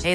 Hey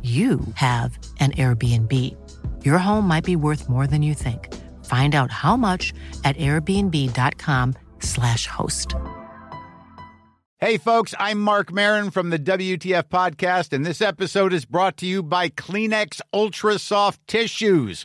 you have an Airbnb. Your home might be worth more than you think. Find out how much at airbnb.com/slash host. Hey, folks, I'm Mark Marin from the WTF Podcast, and this episode is brought to you by Kleenex Ultra Soft Tissues,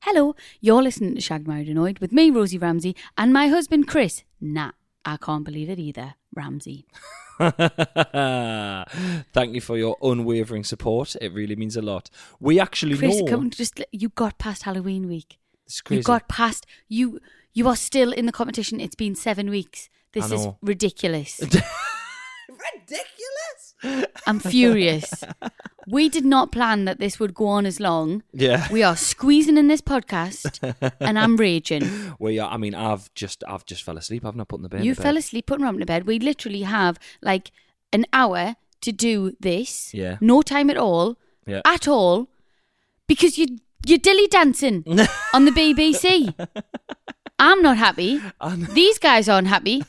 Hello, you're listening to Shag Married Annoyed with me, Rosie Ramsey, and my husband Chris. Nah, I can't believe it either, Ramsey. Thank you for your unwavering support. It really means a lot. We actually Chris, know. come on, just you got past Halloween week. It's You crazy. got past you. You are still in the competition. It's been seven weeks. This I is know. ridiculous. Ridiculous. I'm furious. we did not plan that this would go on as long. Yeah. We are squeezing in this podcast, and I'm raging. We are, I mean, I've just, I've just fell asleep. I've not put in the bed. you to bed. fell asleep putting Rob to bed. We literally have like an hour to do this. Yeah. No time at all. Yeah. At all. Because you you're dilly dancing on the BBC. I'm not happy. These guys aren't happy.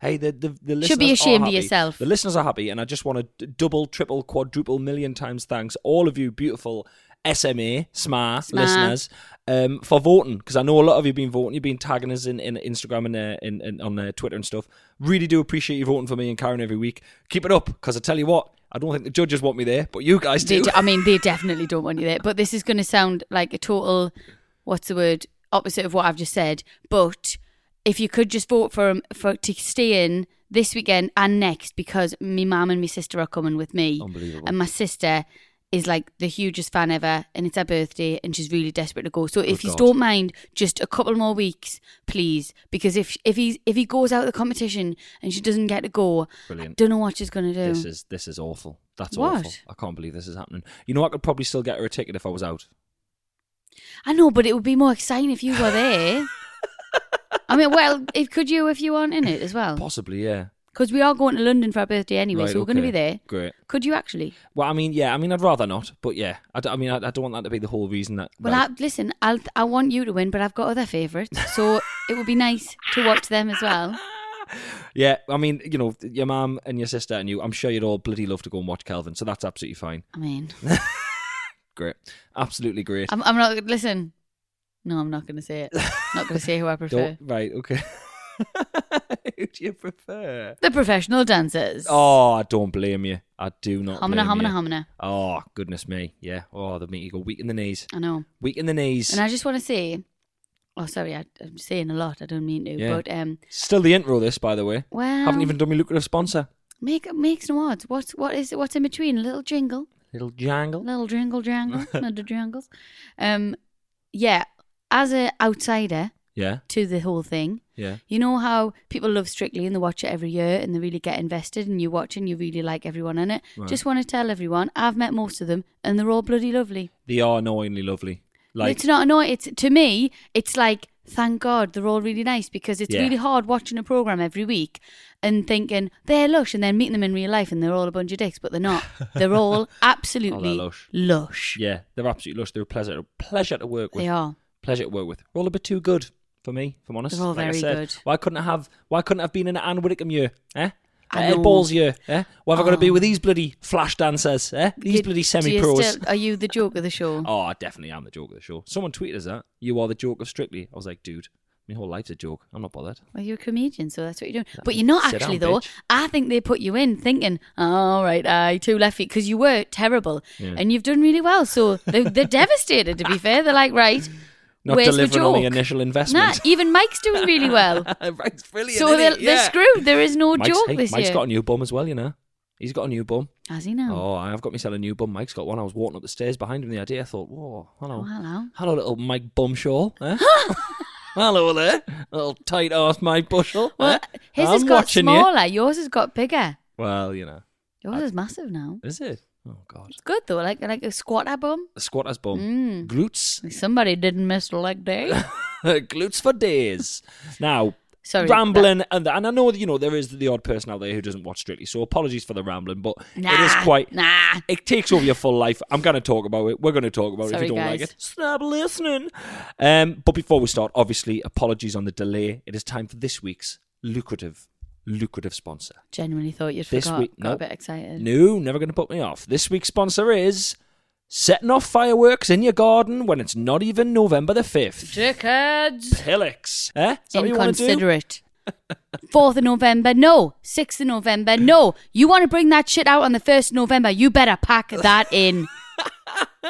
Hey, the the, the listeners Should be are ashamed of happy. yourself. The listeners are happy, and I just want to d- double, triple, quadruple, million times thanks all of you beautiful SMA SMA, SMA. listeners um, for voting because I know a lot of you've been voting, you've been tagging us in, in Instagram and uh, in, in, on uh, Twitter and stuff. Really do appreciate you voting for me and Karen every week. Keep it up because I tell you what, I don't think the judges want me there, but you guys They do. do- I mean, they definitely don't want you there. But this is going to sound like a total, what's the word, opposite of what I've just said. But if you could just vote for 'em for to stay in this weekend and next, because me mum and my sister are coming with me, Unbelievable. and my sister is like the hugest fan ever, and it's her birthday, and she's really desperate to go. So if you Oh, God. don't mind, just a couple more weeks, please, because if if he's if he goes out of the competition and she doesn't get to go, I Brilliant. don't know what she's gonna do. This is this is awful. That's What? awful. I can't believe this is happening. You know, I could probably still get her a ticket if I was out. I know, but it would be more exciting if you were there. I mean, well, if could you if you aren't in it as well? Possibly, yeah. Because we are going to London for our birthday anyway, Right, so we're going to okay. be there. Great. Could you actually? Well, I mean, yeah, I mean, I'd rather not, but yeah, I, d- I mean, I, I don't want that to be the whole reason that. Well, that- I, listen, I'll, I want you to win, but I've got other favourites, so it would be nice to watch them as well. yeah, I mean, you know, your mum and your sister and you, I'm sure you'd all bloody love to go and watch Kelvin, so that's absolutely fine. I mean, Great, absolutely great. I'm, I'm not listen. No, I'm not going to say it. Not going to say who I prefer. Don't- right, okay. Who do you prefer? The professional dancers. Oh, I don't blame you. I do not. Homina, blame homina, you. homina. Oh, goodness me. Yeah. Oh, the meat you go weak in the knees, I know. weak in the knees. And I just want to say, oh, sorry, I, I'm saying a lot. I don't mean to, Yeah. but um, Still the intro. This, by the way, well, haven't even done my lucrative sponsor. Make makes no odds. What what is what's in between? A little jingle, Little jangle. little jingle, jangle, another jangles. Um, yeah. As a outsider Yeah. to the whole thing, Yeah. you know how people love Strictly and they watch it every year and they really get invested and you watch and you really like everyone in it. Right. Just want to tell everyone I've met most of them and they're all bloody lovely. They are annoyingly lovely. Like it's not annoying. It's to me, it's like thank God they're all really nice because it's Yeah. really hard watching a program every week and thinking they're lush and then meeting them in real life and they're all a bunch of dicks, but they're not. They're all absolutely lush. lush. Yeah, they're absolutely lush. They're a pleasure, pleasure to work with. They are. Pleasure to work with. We're all a bit too good for me, if I'm honest. They're all Like I very said, good. Why couldn't I have? Why couldn't I have been in an Anne Whitcomb year? Eh? I An Ed know. Balls year? Eh? Why have I got to be Oh. with these bloody flash dancers? Eh? These Did- do bloody you semi-pros. still- Are you the joke of the show? Oh, I definitely am the joke of the show. Someone tweeted us that you are the joke of Strictly. I was like, dude, My whole life's a joke. I'm not bothered. Well, you're a comedian, so that's what you're doing. But you're not Sit actually, down, though. bitch. I think they put you in thinking, all right, I two left feet, because you were terrible and you've done really well. So they, they're devastated, to be fair. They're like, right, Not where's delivering the on joke? the initial Nah, investment. even Mike's doing really well. Mike's brilliant. so they're, isn't he? they're Yeah. screwed. There is no Mike's, joke hey, this Mike's year. got a new bum as well, you know. He's got a new bum. Has he now? Oh, I've got myself a new bum. Mike's got one. I was walking up the stairs behind him. The idea, I thought, whoa, hello, Oh, hello. hello, little Mike Bumshaw. eh? hello there, little tight ass Mike Bushel. Well, eh? his has I'm got watching you. smaller. Yours has got bigger. Well, you know, Yours is massive now. is it? Oh God, It's good though, like like a squatter bum. a squatter's bum, Mm. glutes, Somebody didn't miss a leg day. glutes for days. now, Sorry, rambling, and and I know that you know there is the odd person out there who doesn't watch Strictly, so apologies for the rambling, but Nah, it is quite nah. it takes over your full life. I'm going to talk about it. We're going to talk about it. If Sorry, you don't like guys. it, stop listening. Um, but before we start, obviously, apologies on the delay. It is time for this week's lucrative, lucrative sponsor. Genuinely thought you'd This forgot. week- got no. a bit excited. No, never going to put me off. This week's sponsor is setting off fireworks in your garden when it's not even November the 5th. Dickheads. Hillocks. Eh? Is that what you want to do? Inconsiderate. Fourth of November, no. Sixth of November, no. You want to bring that shit out on the first of November? You better pack that in.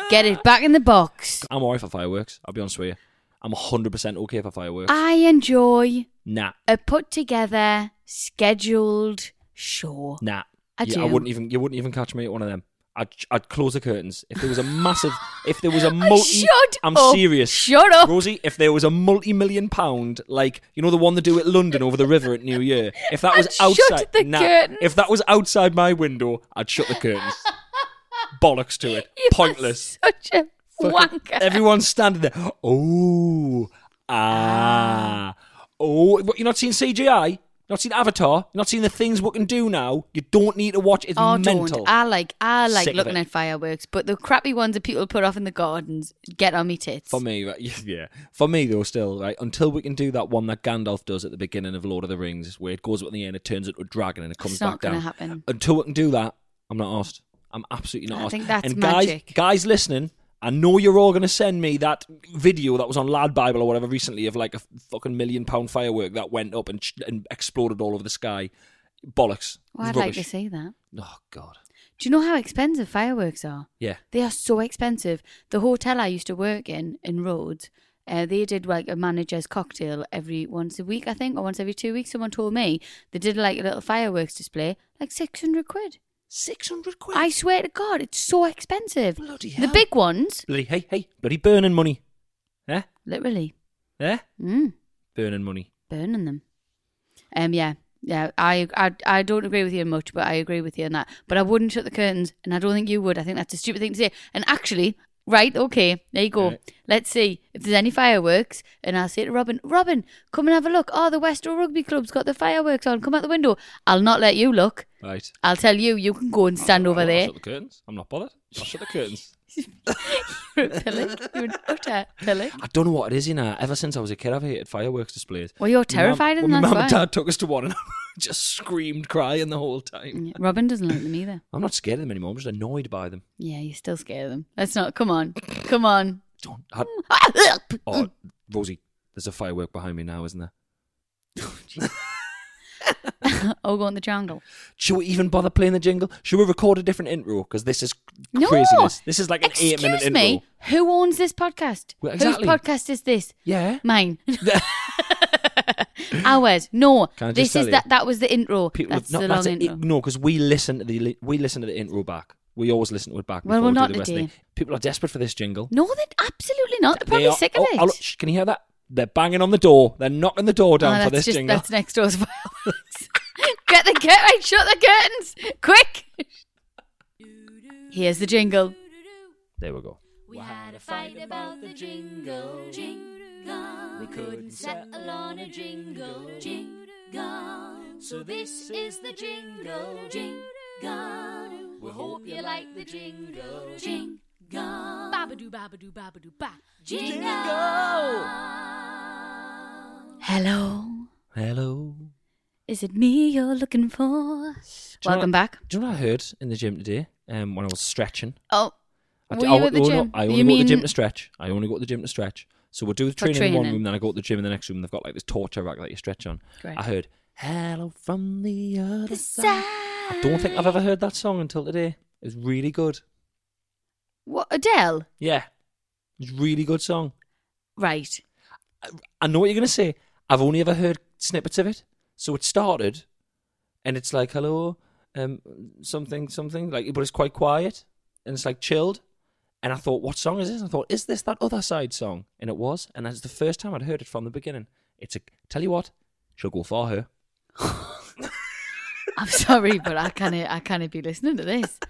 Get it back in the box. I'm alright for fireworks. I'll be honest with you. I'm 100% okay for fireworks. I enjoy nah, a put together, scheduled show. nah. I you, do. I wouldn't even. You wouldn't even catch me at one of them. I'd, I'd close the curtains if there was a massive. if there was a multi. shut I'm up. serious. Shut up. Rosie. If there was a multi-million pound, like you know the one they do at London over the river at New Year. If that was I'd shut outside, the nah, curtains. If that was outside my window, I'd shut the curtains. Bollocks to it. You are Pointless. Such a Fucking- wanker. Everyone's standing there. Oh, ah, oh. What, you're not seeing CGI. Not seeing Avatar. You're not seeing the things we can do now. You don't need to watch. It's Oh, mental. don't. I like I like Sick of looking it. at fireworks, but the crappy ones that people put off in the gardens get on me tits. For me, right, yeah. For me, though, still, right, until we can do that one that Gandalf does at the beginning of Lord of the Rings, where it goes up in the air and it turns into a dragon and it comes it's not back down. gonna happen. Until we can do that, I'm not asked. I'm absolutely not I asked. think that's and magic. guys, guys listening, I know you're all going to send me that video that was on Lad Bible or whatever recently of like a fucking million pound firework that went up and, sh- and exploded all over the sky. Bollocks. Well, I'd like Rubbish. to see that. Oh, God. Do you know how expensive fireworks are? Yeah. They are so expensive. The hotel I used to work in in Rhodes, uh, they did like a manager's cocktail every once a week, I think, or once every two weeks. Someone told me they did like a little fireworks display, like six hundred quid. 600 quid. I swear to God, it's so expensive. Bloody The hell. big ones, Bloody, hey, hey, bloody burning money. Eh? literally, Eh? mm, Burning money. burning them. Um, yeah, yeah. I, I, I don't agree with you much, but I agree with you on that. But I wouldn't shut the curtains, and I don't think you would. I think that's a stupid thing to say. And actually, right? Okay, there you go. Right. Let's see if there's any fireworks, and I'll say to Robin, Robin, come and have a look. Oh, the Westall Rugby Club's got the fireworks on. Come out the window. I'll not let you look. Right. I'll tell you. You can go and stand over I'll there. Shut the curtains. I'm not bothered. I'll shut the curtains. You're a pillock. You're an utter pillock. I don't know what it is, you know. Ever since I was a kid, I've hated fireworks displays. Well, you're My mum- terrified, well, and My mum and that's why. dad took us to one and I just screamed crying the whole time. Yeah, Robin doesn't like them either. I'm not scared of them anymore. I'm just annoyed by them. Yeah, you're still scared of them. Let's not. Come on. Come on. Don't. I, Mm. oh, Rosie, there's a firework behind me now, isn't there? oh, go in the jungle. Should we even bother playing the jingle? Should we record a different intro? Because this is No. craziness. This is like an eight minute Excuse intro. me. Who owns this podcast? Well, exactly. Whose podcast is this? Yeah. Mine. Ours. No. Can I just this tell is you? that. That was the intro. People, that's no, the that's long it. intro. No, because we listen to the li- we listen to the intro back. We always listen to it back. Well, before we're we do not the rest of today. the- People are desperate for this jingle. No, they're absolutely not. They're They probably are- sick of oh, it. oh, look, shh, can you hear that? They're banging on the door. They're knocking the door Oh, down for this that's just jingle. that's next door's fireworks. Get the curtain. Shut the curtains. Quick. Here's the jingle. There we go. We had a fight about the jingle, jingle. We couldn't settle on a jingle, jingle. So this is the jingle, jingle. We hope you like the jingle, jingle. Babadoo, babadoo, babadoo, ba. Jingle. Hello. Hello. Is it me you're looking for? Do you know Welcome what- back. Do you know what I heard in the gym today um, when I was stretching? Oh, I, Were I, you at the oh, no, gym? I You only go to the gym mean- to stretch. I only go to the gym to stretch. So we'll do the For training, in one training. room, then I go to the gym in the next room. They've got like this torture rack that you stretch on. Great. I heard "Hello from the other side." I don't think I've ever heard that song until today. It's really good. What Adele? Yeah, it's a really good song. Right. I know what you're going to say. I've only ever heard snippets of it. So it started, and it's like hello, um, something, something, like, but it's quite quiet and it's like chilled. And I thought, what song is this? I thought, is this that other side song? And it was. And that's the first time I'd heard it from the beginning. It's a tell you what, she'll go for her. I'm sorry, but I can't. I can't be listening to this.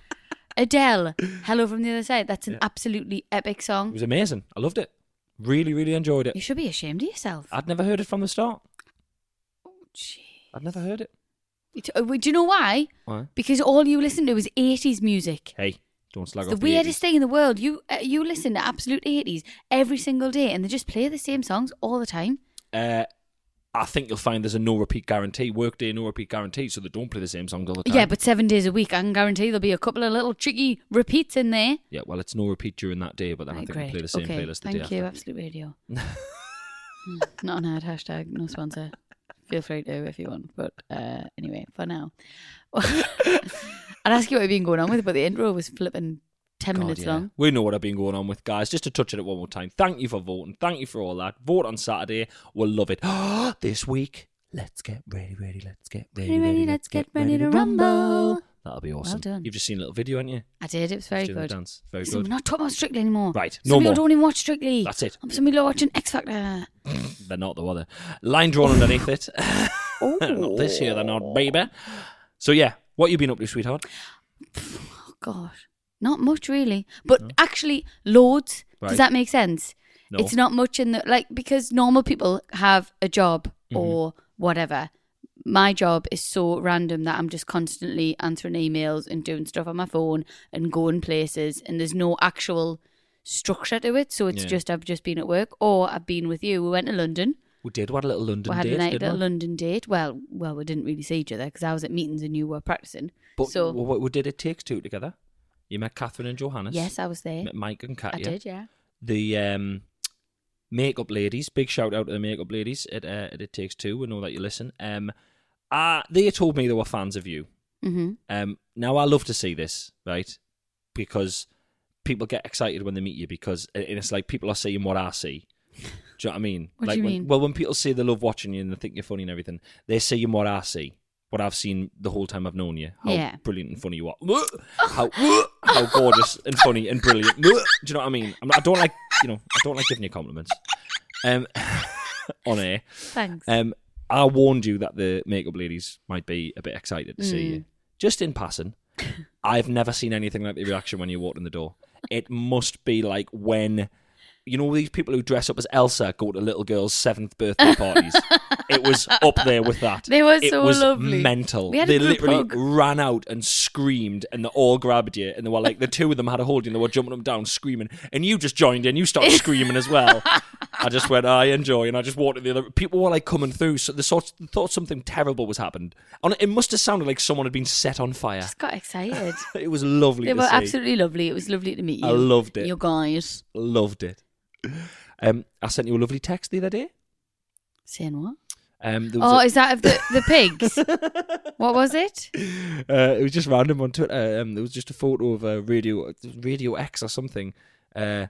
Adele, "Hello from the Other Side." That's an absolutely epic It song. was amazing. I loved it. Really, really enjoyed You it. should be ashamed of yourself. I'd never heard it from the start. Gee. I'd never heard it. It- uh, Do you know why? Why? Because all you listen to is 80s music. Hey, don't slag It's off the the weirdest 80s. thing in the world. You uh, you listen to absolute 80s every single day, and they just play the same songs all the time. Uh, I think you'll find there's a no repeat guarantee, workday no repeat guarantee, so they don't play the same song all the time. Yeah, but seven days a week, I can guarantee there'll be a couple of little tricky repeats in there. yeah, well, it's no repeat during that day, but then I Right, think they play the same okay, playlist the Thank day you, after. Absolute Radio. Hmm, Not an ad hashtag, no sponsor. Feel free to if you want, but uh, anyway, for now, I'd ask you what you've been going on with, but the intro was flipping ten God, minutes Oh, yeah. long. We know what I've been going on with, guys. Just to touch on it one more time. Thank you for voting. Thank you for all that. Vote on Saturday. We'll love it. this week, let's get ready, ready, let's get ready, Ready, ready, ready, let's get ready to rumble. That'll be awesome. done. You've just seen a little video, haven't you? I did. It was very Just doing the good. dance. Very Listen, good. We're not talking about Strictly anymore. Right, Some no people more. don't even watch Strictly. That's it. Some people are watching X Factor. They're not, though, are they? Line drawn underneath it. not this year, they're not, baby. So, yeah, what you been up to, sweetheart? Oh gosh, not much really, but actually loads. Right. Does that make sense? No. It's not much in the like because normal people have a job Mm-hmm. or whatever. My job is so random that I'm just constantly answering emails and doing stuff on my phone and going places, and there's no actual structure to it. So it's Yeah. just I've just been at work or I've been with you. We went to London. We did. We had a little London we had date, a night didn't at we? London date. Well, well, we didn't really see each other because I was at meetings and you were practicing. But so w- w- we did It Takes Two together. You met Catherine and Johannes. yes, I was there. Met Mike and Katya. I did, yeah. The um, makeup ladies. Big shout out to the makeup ladies at, uh, at It Takes Two. We know that you listen. Um, uh, they told me they were fans of you. Mm-hmm. Um, now I love to see this, right? Because people get excited when they meet you because and it's like people are seeing what I see. Do you know what I mean? What do like you when, mean? Well, when people say they love watching you and they think you're funny and everything, they're seeing what I see, what I've seen the whole time I've known you. How Yeah. brilliant and funny you are. How how gorgeous and funny and brilliant. Do you know what I mean? I'm not, I don't like you know I don't like giving you compliments. Um, on air. Thanks. Um, I warned you that the makeup ladies might be a bit excited to see you. Just in passing, I've never seen anything like the reaction when you walked in the door. It must be like when. You know these people who dress up as Elsa go to little girls' seventh birthday parties. it was up there with that. They were it so was lovely. Mental. We had a they group literally hug. ran out and screamed, and they all grabbed you, and they were like the two of them had a hold, you and they were jumping up and down screaming, and you just joined in. You started screaming as well. I just went, I enjoy, and I just walked to the other. People were like coming through, so they thought, thought something terrible was happened, and it must have sounded like someone had been set on fire. just got excited. It was lovely. they to were see. absolutely lovely. It was lovely to meet you. I loved it. You guys. loved it. Um, I sent you a lovely text the other day. Saying what? Um, there was Oh, a- is that of the, the pigs? what was it? uh, it was just random on Twitter. Um, there was just a photo of a radio, Radio X or something. Uh,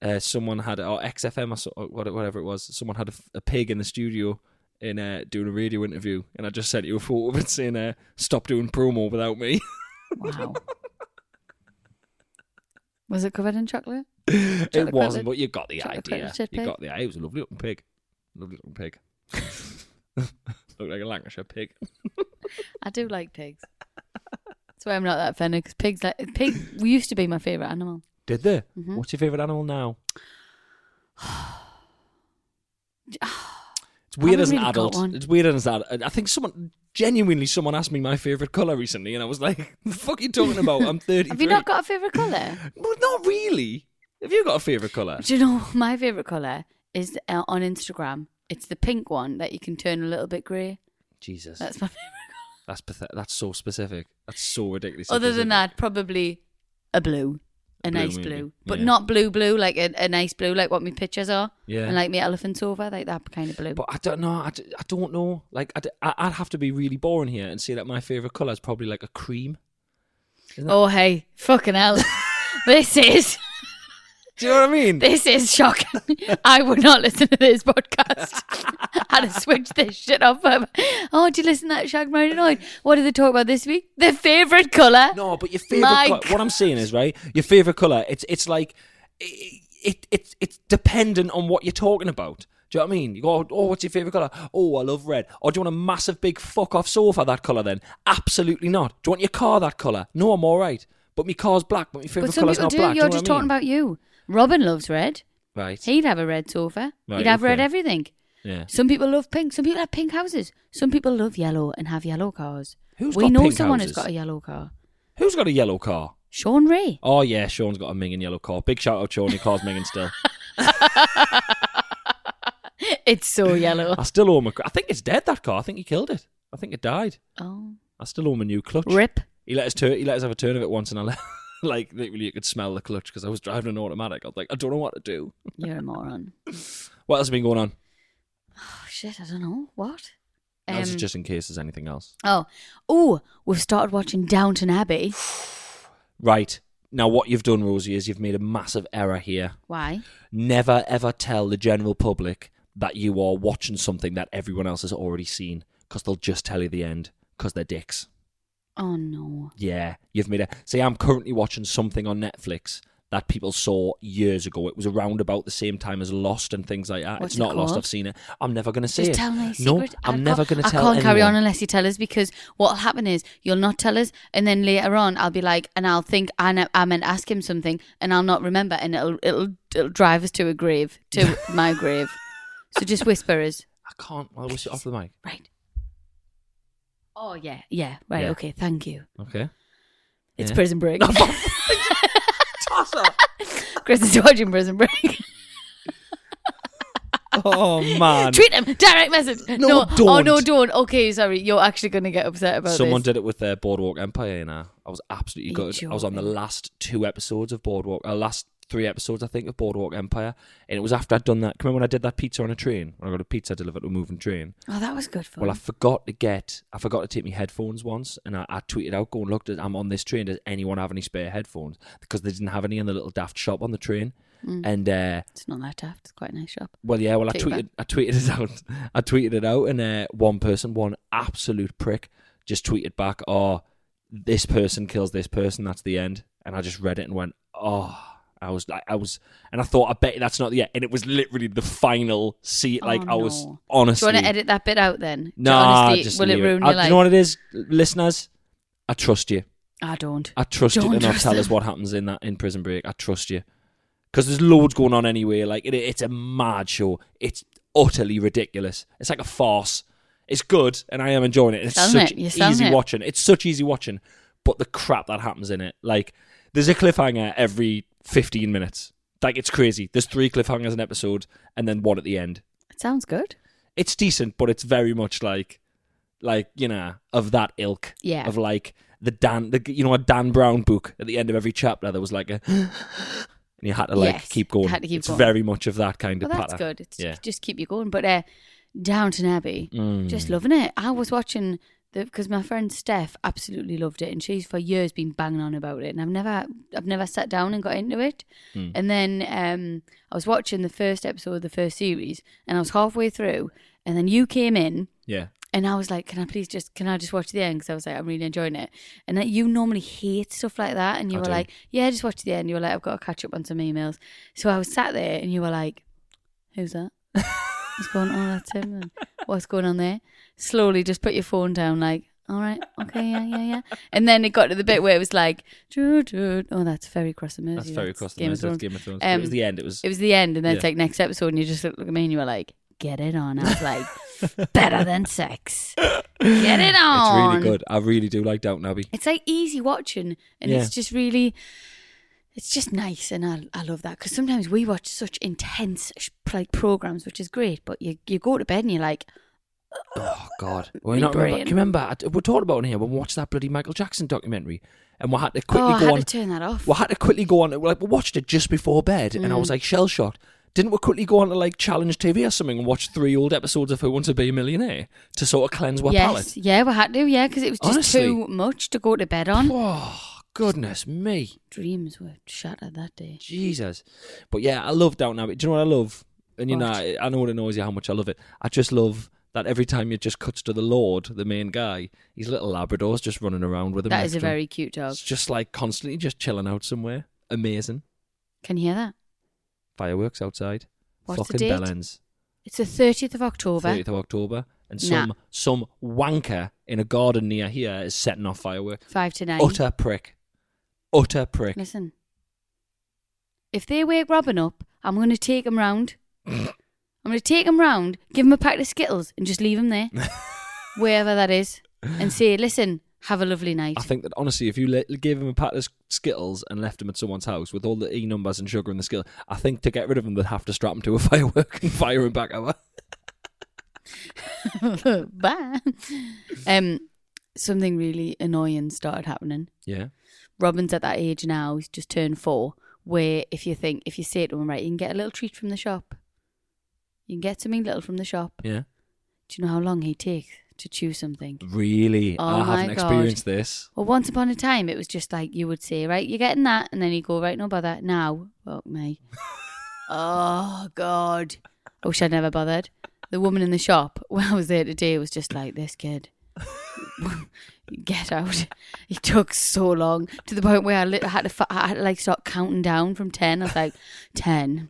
uh, someone had or XFM or, so, or what- whatever it was. Someone had a, a pig in the studio in uh, doing a radio interview, and I just sent you a photo of it saying, uh, "Stop doing promo without me." Wow. was it covered in chocolate? it Chocolate wasn't, credit- but you got the chocolate idea. credited You pig. got the idea. It was a lovely looking pig. Lovely looking pig. Looked like a Lancashire pig. I do like pigs. That's why I'm not that offended 'cause pigs like pig used to be my favourite animal. Did they? Mm-hmm. What's your favourite animal now? it's weird Haven't as an really got adult. one. It's weird as an adult. I think someone genuinely someone asked me my favourite colour recently, and I was like, "The fuck are you talking about? I'm 33." Have you not got a favourite colour? Well, not really. Have you got a favourite colour? do you know my favourite colour is uh, on Instagram? It's the pink one that you can turn a little bit grey. Jesus, that's That's my favourite. that's, pathet- that's so specific. That's so ridiculously Other specific. than that, probably a blue. a nice Blue blue, maybe. but Yeah. not blue blue like a, a nice blue like what my pictures are. Yeah. and like my elephant's over like that kind of blue. But I don't know. I, d- I don't know. Like I d- I, would have to be really boring here and say that my favorite color is probably like a cream. oh hey, fucking hell, this is Do you know what I mean? this is shocking. I would not listen to this podcast. I'd have switched this shit off. But, oh, did you listen to that Shag Married Annoyed? What did they talk about this week? Their favourite colour. No, but your favorite. My colour, what I'm saying is right. Your favorite color. It's it's like it, it it's it's dependent on what you're talking about. Do you know what I mean? You go, oh, what's your favorite color? Oh, I love red. Or do you want a massive big fuck off sofa that color? Then absolutely not. Do you want your car that color? No, I'm all right. But my car's black. But my favorite But some color's people not do. black. You're do you just know what talking about you. Robin loves red. I mean? right. He'd have a red sofa. Right, He'd have red okay. everything. Yeah. Some people love pink. Some people have pink houses. Some people love yellow and have yellow cars. Who's we got know pink someone houses? who's got a yellow car. Who's got a yellow car? Sean Ray. Oh yeah, Sean's got a minging yellow car. Big shout out Sean, your car's minging still. It's so yellow. I still owe him. A, I think it's dead. That car. I think he killed it. I think it died. oh, I still owe him a new clutch. rip. He let us tur he let us have a turn of it once, and I let, like literally you could smell the clutch because I was driving an automatic. I was like, I don't know what to do. You're a moron. What else has been going on? Oh shit! I don't know what. No, this is Um, just in case there's anything else. Oh, oh, we've started watching Downton Abbey. Right now, what you've done, Rosie, is you've made a massive error here. Why? Never ever tell the general public that you are watching something that everyone else has already seen because they'll just tell you the end because they're dicks. Oh no. Yeah, you've made a. Say, I'm currently watching something on Netflix that people saw years ago. It was around about the same time as Lost and things like that. What's it's it not Lost. called? I've seen it. I'm never going to say Just it. tell me a secret. no, I I'm can't- never going to tell. I can't carry on anyone. unless you tell us because what'll happen is you'll not tell us, and then later on I'll be like, and I'll think I, ne- I meant to ask him something, and I'll not remember, and it'll it'll, it'll drive us to a grave, to my grave. So just whisper us, I can't. I wish it off the mic. right? Oh yeah, yeah, right, Yeah. okay, thank you. Okay. It's Yeah. Prison Break. Chris is watching Prison Break. Oh man. Tweet him, direct message. No, oh no, don't. don't. Okay, sorry, you're actually going to get upset about Someone this. did it with their Boardwalk Empire. Now I was absolutely Are you good. I was on the joking? last two episodes of Boardwalk. Uh, last three episodes, I think, of Boardwalk Empire, and it was after I'd done that. Remember when I did that pizza on a train? When I got a pizza delivered to a moving train. Oh, that was good fun. Well, I forgot to get, I forgot to take my headphones once, and I, I tweeted out, going, look, I'm on this train. Does anyone have any spare headphones? Because they didn't have any in the little daft shop on the train. Mm. And uh, It's not that daft. It's quite a nice shop. well, yeah, well, I Take it back. tweeted, I tweeted it out, I tweeted it out, and uh, one person, one absolute prick, just tweeted back, "Oh, this person kills this person. That's the end." And I just read it and went, "Oh." I was like, I was, and I thought, I bet you that's not the end. And it was literally the final scene. Like, Oh, I was no. honestly. Do you want to edit that bit out then? No, honestly, just will it leave ruin I- your do life? You know what it is, listeners? I trust you. I don't. I trust Don't you to not trust tell them. us what happens in that in Prison Break. I trust you because there's loads going on anyway. Like it, it's a mad show. It's utterly ridiculous. It's like a farce. It's good, and I am enjoying it. It's Selling such it. You're selling easy it. watching. It's such easy watching, but the crap that happens in it, like there's a cliffhanger every 15 minutes. Like it's crazy. There's three cliffhangers an episode, and then one at the end It sounds good. it's decent, but it's very much like, like you know, of that ilk. Yeah. Of like the Dan, the you know, a Dan Brown book. At the end of every chapter, there was like a, and you had to like Yes, keep going. you had to keep it's going. very much of that kind Well, of. that's pattern. good. It's Yeah. just keep you going. But uh, Downton Abbey, just loving it. I was watching the because my friend Steph absolutely loved it, and she's for years been banging on about it, and I've never, I've never sat down and got into it. And then um, I was watching the first episode of the first series, and I was halfway through, and then you came in. Yeah. And I was like, "Can I please just? Can I just watch the end?" Because I was like, "I'm really enjoying it." And that you normally hate stuff like that, and you I were do. like, "Yeah, just watch the end." You were like, "I've got to catch up on some emails." So I was sat there, and you were like, "Who's that? What's going on? That's him. And what's going on there?" Slowly, just put your phone down, like, "All right, okay, yeah, yeah, yeah." And then it got to the bit where it was like, doo, doo. "Oh, that's Ferry Cross the Mersey. That's very across the Game nose. of That's Thrones." Game of Thrones. Um, it was the end. It was. It was the end, and then it's Yeah. like next episode, and you just look look at me and you were like, "Get it on." I was like, "Better than sex." Get it it's on. really good. I really do like Downton Abbey. It's like easy watching, and Yeah. it's just really, it's just nice, and I I love that because sometimes we watch such intense sh- like programs, which is great, but you you go to bed and you're like. Oh God! Well, Me you not remember, brain. do you remember? I- We talked about it in here when we watched that bloody Michael Jackson documentary, and we had to quickly oh, I go had on. to turn that off. we had to quickly go on. Like we watched it just before bed, and Mm. I was like shell shocked. Didn't we quickly go on to like Challenge TV or something and watch three old episodes of Who Wants to Be a Millionaire to sort of cleanse our yes, palate? yeah, we had to, yeah, because it was just Honestly. too much to go to bed on. Oh goodness me! Dreams were shattered that day. Jesus. But yeah, I love Downton Abbey. Do you know what I love? And you know, What? I, I know it annoys you how much I love it. I just love that every time it just cuts to the Lord, the main guy, his little Labrador's just running around with him. That is a extra. very cute dog. It's just like constantly just chilling out somewhere. Amazing. Can you hear that? Fireworks outside. What's the Fucking date? bell ends. It's the 30th of October. 30th of October. And Nah. some some wanker in a garden near here is setting off fireworks. Five to nine. Utter prick. Utter prick. Listen, if they wake Robin up, I'm going to take him round. I'm going to take him round, give him a pack of Skittles, and just leave him there, wherever that is, and say, "Listen, have a lovely night." I think that honestly, if you le- gave him a pack of s- Skittles and left him at someone's house with all the E numbers and sugar in the Skittles, I think to get rid of him, they'd have to strap him to a firework and fire him back over. Bye. Um, something really annoying started happening. Yeah. Robin's at that age now; he's just turned four. Where if you think if you say to him, right, you can get a little treat from the shop. You can get something little from the shop. Yeah. Do you know how long he takes to choose something? Really? Oh I haven't my God. experienced this. Well, once upon a time, it was just like you would say, right, you're getting that, and then you go, right, no bother. Now, fuck me. oh God, I wish I'd never bothered. The woman in the shop when I was there today was just like this kid. Get out! It took so long to the point where I lit- I had to, fa- I had to like start counting down from ten. I was like, ten,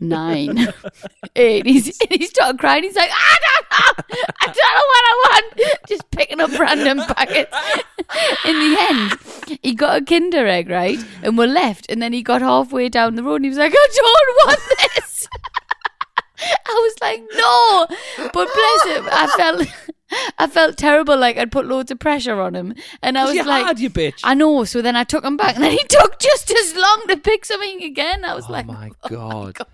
nine, eight. He's, and he started crying. He's like, I don't know, I don't know what I want. Just picking up random packets. In the end, he got a Kinder egg, right? And we're left. And then he got halfway down the road and he was like, I don't want this. I was like, no. But bless him, I felt, I felt terrible. Like I'd put loads of pressure on him, and I was you like, had, you bitch. I know. So then I took him back, and then he took just as long to pick something again. I was Oh like, my oh my God. god.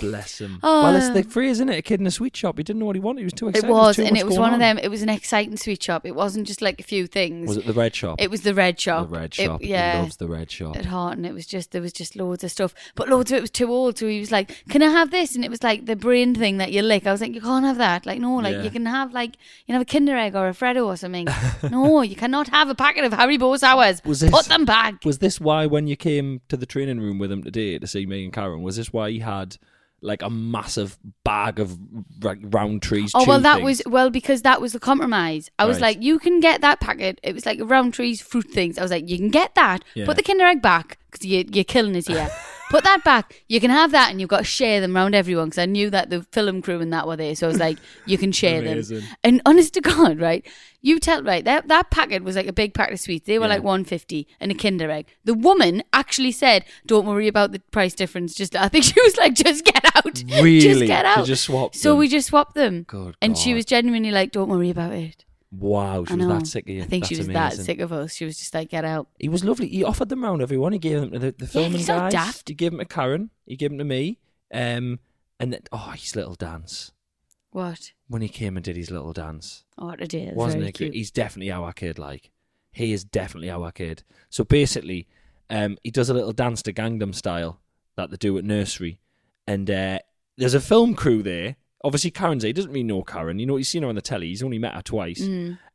Bless him. Oh. well, it's the phrase, isn't it? A kid in a sweet shop. He didn't know what he wanted. He was too It excited. was, Too and much it was going one of on. them. It was an exciting sweet shop. It wasn't just like a few things. Was it the red shop? It was the red shop. The red It- shop. He yeah. loves the red shop. at heart, and it was just there was just loads of stuff, but loads of it was too old. So he was like, "Can I have this?" And it was like the brain thing that you lick. I was like, "You can't have that." Like, no, like Yeah. you can have like you can have a Kinder egg or a Freddo or something. no, you cannot have a packet of Harry Bow sours. Was this- Put them back. Was this why when you came to the training room with him today to see me and Karen, was this why he had like a massive bag of like round trees? Oh well, chew that things? was well because that was the compromise. I was Right. like, you can get that packet. It was like round trees, fruit things. I was like, you can get that. Yeah. Put the Kinder egg back because you, you're killing us here. Put that back. You can have that, and you've got to share them round everyone because I knew that the film crew and that were there. So I was like, you can share Amazing. them. And honest to God, right? You tell right that that packet was like a big packet of sweets. They were Yeah. like one fifty and a Kinder egg. The woman actually said, "Don't worry about the price difference. Just I think she was like, just get out. just Really? get She out. just swapped So them. we just swapped them. Good and she God. was genuinely like, "Don't worry about it." wow. She I was know. that sick of you. I think she was That's that amazing. sick of us. She was just like, "Get out." He was lovely. He offered them round everyone. He gave them to the, the filming he's guys. not daft. He gave them to Karen. He gave them to me. Um, and then, oh, his little dance What? when he came and did his little dance. Oh, what a day. That's wasn't very it? good? cute. He's definitely our kid. Like he is definitely our kid. So basically, um, he does a little dance to Gangnam Style that they do at nursery, and uh, there's a film crew there. Obviously, Karen's there. He doesn't really know Karen. You know, he's seen her on the telly. He's only met her twice.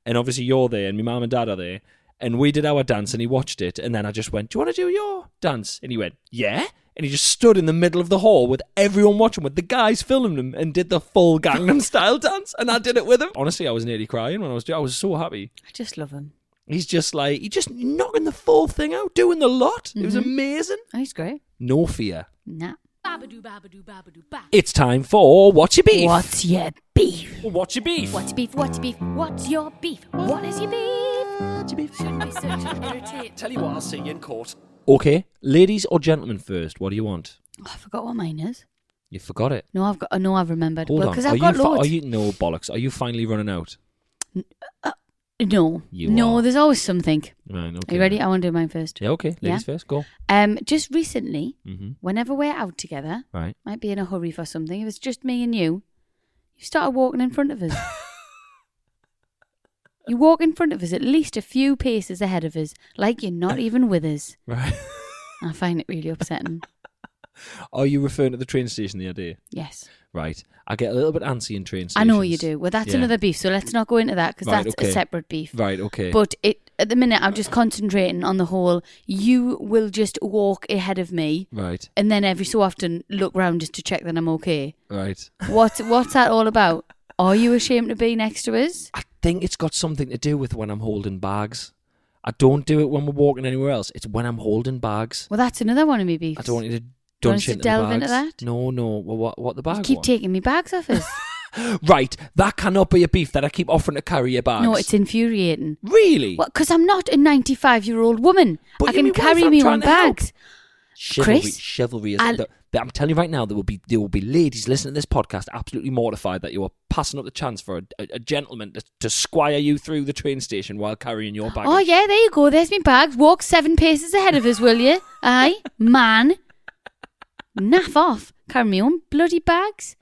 And obviously, you're there, and my mum and dad are there. And we did our dance, and he watched it. And then I just went, "Do you want to do your dance?" And he went, "Yeah." And he just stood in the middle of the hall with everyone watching, with the guys filming him, and did the full Gangnam Style dance. And I did it with him. Honestly, I was nearly crying when I was doing. I was so happy. I just love him. He's just like he just knocking the full thing out, doing the lot. It was amazing. Oh, he's great. No fear. Nah. Babadoo, babadoo, babadoo, ba. It's time for what's your beef? What's your beef? What's your beef? What's beef? What's beef? What's your beef? What is your beef? What's your beef? Shouldn't be such an irritant. Tell you what, I'll see you in court. Okay, ladies or gentlemen first. What do you want? Oh, I forgot what mine is. You forgot it. No, I've got. Oh, no, I've remembered. Hold well, on. because are I've got you loads. are you no bollocks? Are you finally running out? no, You no. are. There's always something. Right. Okay. Are you ready? then. I want to do mine first. Yeah. Okay. Yeah? Ladies first. Go. Um, just recently, Mm-hmm. whenever we're out together, Right. might be in a hurry for something. If it's just me and you, you started walking in front of us. You walk in front of us at least a few paces ahead of us, like you're not even with us. Right. I find it really upsetting. Are you referring to the train station the other day? Yes. Right. I get a little bit antsy in train stations. I know you do. Well, that's Yeah. another beef, so let's not go into that because Right, that's okay. a separate beef. Right, okay. But it at the minute, I'm just concentrating on the whole. You will just walk ahead of me, right, and then every so often look round just to check that I'm okay. right. What what's that all about? Are you ashamed to be next to us? I think it's got something to do with when I'm holding bags. I don't do it when we're walking anywhere else. It's when I'm holding bags. Well, that's another one of me beefs. I don't want you to want us dunch to into delve the into bags. that? No, no. Well, what, what the bag You keep one? taking me bags off us. Right, that cannot be a beef that I keep offering to carry your bags. no, it's infuriating. really Well, because I'm not a 95 year old woman. But I you're my can wife, carry I'm me trying own to help. bags. chivalry. Chris, chivalry is. I'll- the- the- I'm telling you right now, there will be there will be ladies listening to this podcast absolutely mortified that you are passing up the chance for a, a, a gentleman to, to squire you through the train station while carrying your bags. Oh yeah, there you go. There's me bags. Walk seven paces ahead of us, will you? Aye, man. Naff off. Carry me own bloody bags.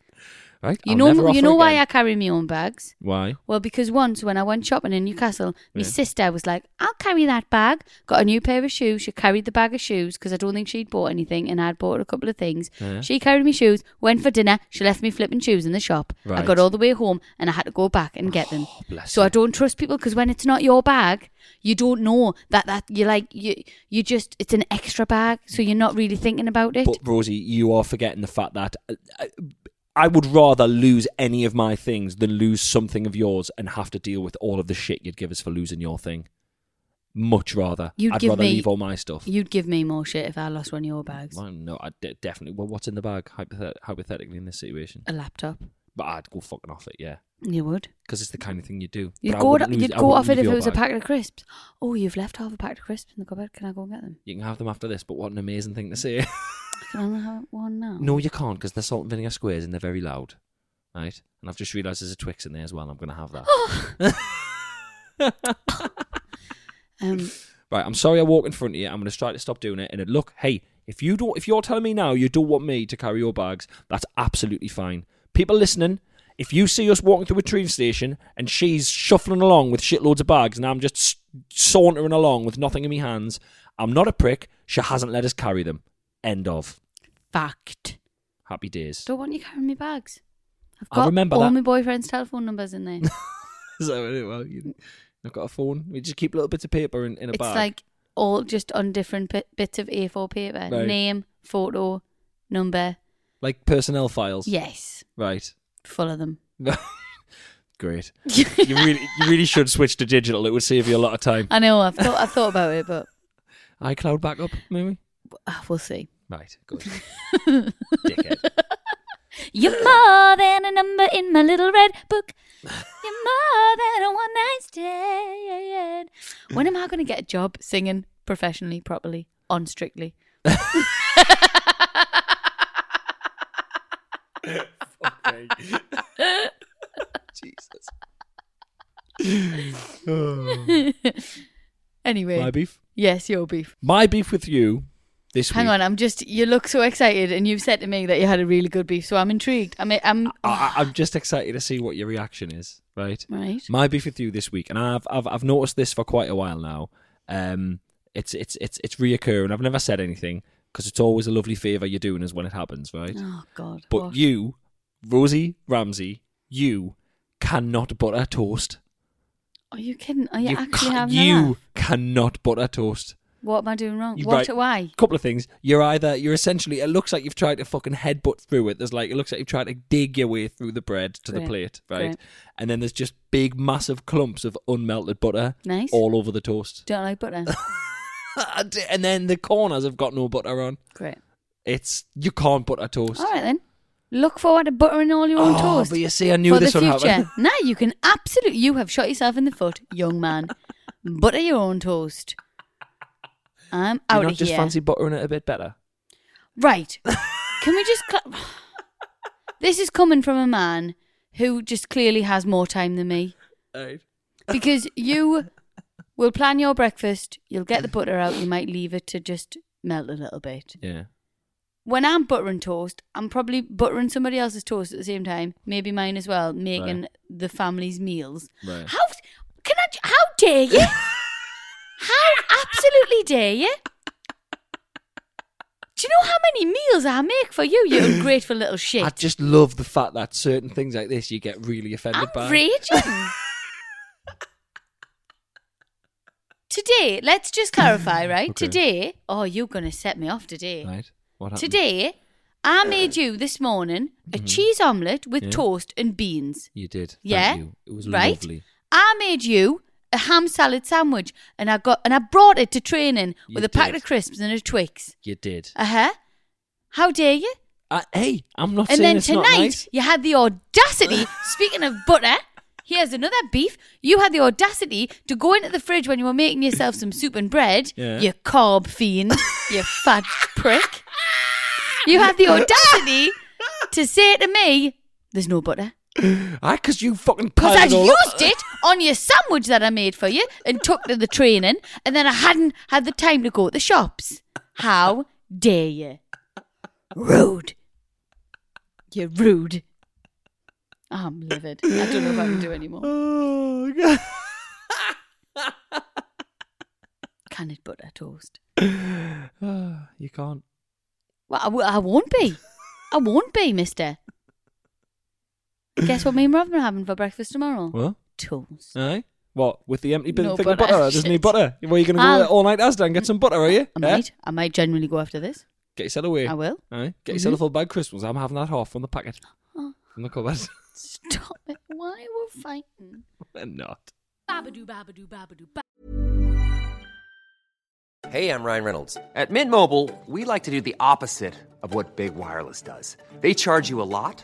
Right, You I'll know, never you offer know why again. I carry me own bags. Why? Well, because once when I went shopping in Newcastle, my Yeah. sister was like, I'll carry that bag. Got a new pair of shoes. She carried the bag of shoes because I don't think she'd bought anything and I'd bought a couple of things. Yeah. She carried me shoes, went for dinner. She left me flipping shoes in the shop. I Right. Oh, got all the way home and I had to go back and get them. bless so you. I don't trust people because when it's not your bag, you don't know that that you're like you you just it's an extra bag, so you're not really thinking about it. But Rosie, you are forgetting the fact that uh, I, I would rather lose any of my things than lose something of yours and have to deal with all of the shit you'd give us for losing your thing. Much rather, You'd I'd give rather me- leave all my stuff. You'd give me more shit if I lost one of your bags. Well, no, I de- definitely. Well, what's in the bag hypothet- hypothetically in this situation? A laptop. But I'd go fucking off it, yeah, You would. because it's the kind of thing you do. You'd But I go, wouldn't lose- you'd I go wouldn't off it leave if it your was a bag. packet of crisps. Oh, you've left half a packet of crisps in the cupboard. Can I go and get them? You can have them after this, but what an amazing thing to say. Can I have one now? No, you can't because they're salt and vinegar squares and they're very loud, right? And I've just realised there's a Twix in there as well. and I'm going to have that. Um, right, I'm sorry I walk in front of you. I'm going to try to stop doing it. And it, look, hey, if you don't, if you're telling me now you don't want me to carry your bags, that's absolutely fine. People listening, if you see us walking through a train station and she's shuffling along with shitloads of bags and I'm just s- sauntering along with nothing in my hands, I'm not a prick. She hasn't let us carry them. End of. fact. Happy days. Don't want you carrying me bags. I've I got remember all that. my boyfriend's telephone numbers in there. so anyway, well, you, I've got a phone. We just keep little bits of paper in, in a it's bag. like all just on different bit, bits of A4 paper. Right. Name, photo, number. like personnel files. Yes, Right. full of them. Great. you really you really should switch to digital. It would save you a lot of time. I know. I've thought. I've thought about it, but iCloud backup, maybe? uh, we'll see. Right, good. Dickhead. You're more than a number in my little red book. You're more than a one night stand. When am I going to get a job singing professionally, properly, on Strictly? Okay. Jesus. Anyway, My beef. yes, your beef. My beef with you this Hang week. on, I'm just. You look so excited, and you've said to me that you had a really good beef, so I'm intrigued. I'm. I'm I, I- I'm just excited to see what your reaction is, right? right. My beef with you this week, and I've I've, I've noticed this for quite a while now. Um, it's it's it's it's reoccurring. I've never said anything because it's always a lovely favour you're doing us when it happens, right? Oh God. But what? you, Rosie Ramsey, you cannot butter toast. Are you kidding? Are you, actually ca- having you that? cannot butter toast. What am I doing wrong? You- what? right. Why? Couple of things. You're either you're essentially it looks like you've tried to fucking headbutt through it. There's like it looks like you've tried to dig your way through the bread to the Great. plate, right? Great. And then there's just big massive clumps of unmelted butter Nice. all over the toast. Don't like butter. and then the corners have got no butter on. Great. It's you can't butter toast. All right then. Look forward to buttering all your own Oh, toast but you see, I knew for this the would future. happen. now you can absolutely. You have shot yourself in the foot, young man. Butter your own toast. I'm Do you out not of just here. fancy buttering it a bit better. Right. Can we just. Cl- this is coming from a man who just clearly has more time than me. Right. Because you will plan your breakfast, you'll get the butter out, you might leave it to just melt a little bit. Yeah. When I'm buttering toast, I'm probably buttering somebody else's toast at the same time, maybe mine as well, making the family's meals. Right. How. Can I. dare you? How absolutely dare you? Do you know how many meals I make for you, you ungrateful little shit? I just love the fact that certain things like this you get really offended I'm by. raging. today, let's just clarify, right? Okay. Today, oh, you're going to set me off today. right. What happened? Uh, mm-hmm. Today, I made you this morning a cheese omelette with Yeah. toast and beans. You did. Thank Yeah. you. It was right? lovely. I made you a ham salad sandwich, and I got and I brought it to training You with a packet did. of crisps and a Twix. You did. Uh huh. How dare you? Uh, hey, I'm not and saying then it's tonight not nice. you had the audacity. speaking of butter, here's another beef. You had the audacity to go into the fridge when you were making yourself some soup and bread. Yeah. You carb fiend. you fat prick. You had the audacity to say to me, "There's no butter." Ah, because you fucking Because piled I it all up. used it on your sandwich that I made for you and took to the training, and then I hadn't had the time to go to the shops. How dare you? Rude. You're rude. I'm livid. I don't know if I can do anymore. Oh, God. Canned butter toast. Ah, you can't. Well, I, w- I won't be. I won't be, mister. Guess what me and Robin are having for breakfast tomorrow? What? Toast. Aye. What? With the empty bin No thing of butter. butter? There's no Shit. Um, butter. Where you going to go I'll- there all night Asda and get some butter, are you? I Eh? might. I might genuinely go after this. Get yourself away. I will. Mm-hmm. Aye. Get yourself a full bag of Christmas. I'm having that half from the packet. Oh. From the cupboard. Stop it. Why we're fighting? We're not. Babadoo, babadoo, babadoo, ba- Hey, I'm Ryan Reynolds. At Mint Mobile, we like to do the opposite of what Big Wireless does. They charge you a lot,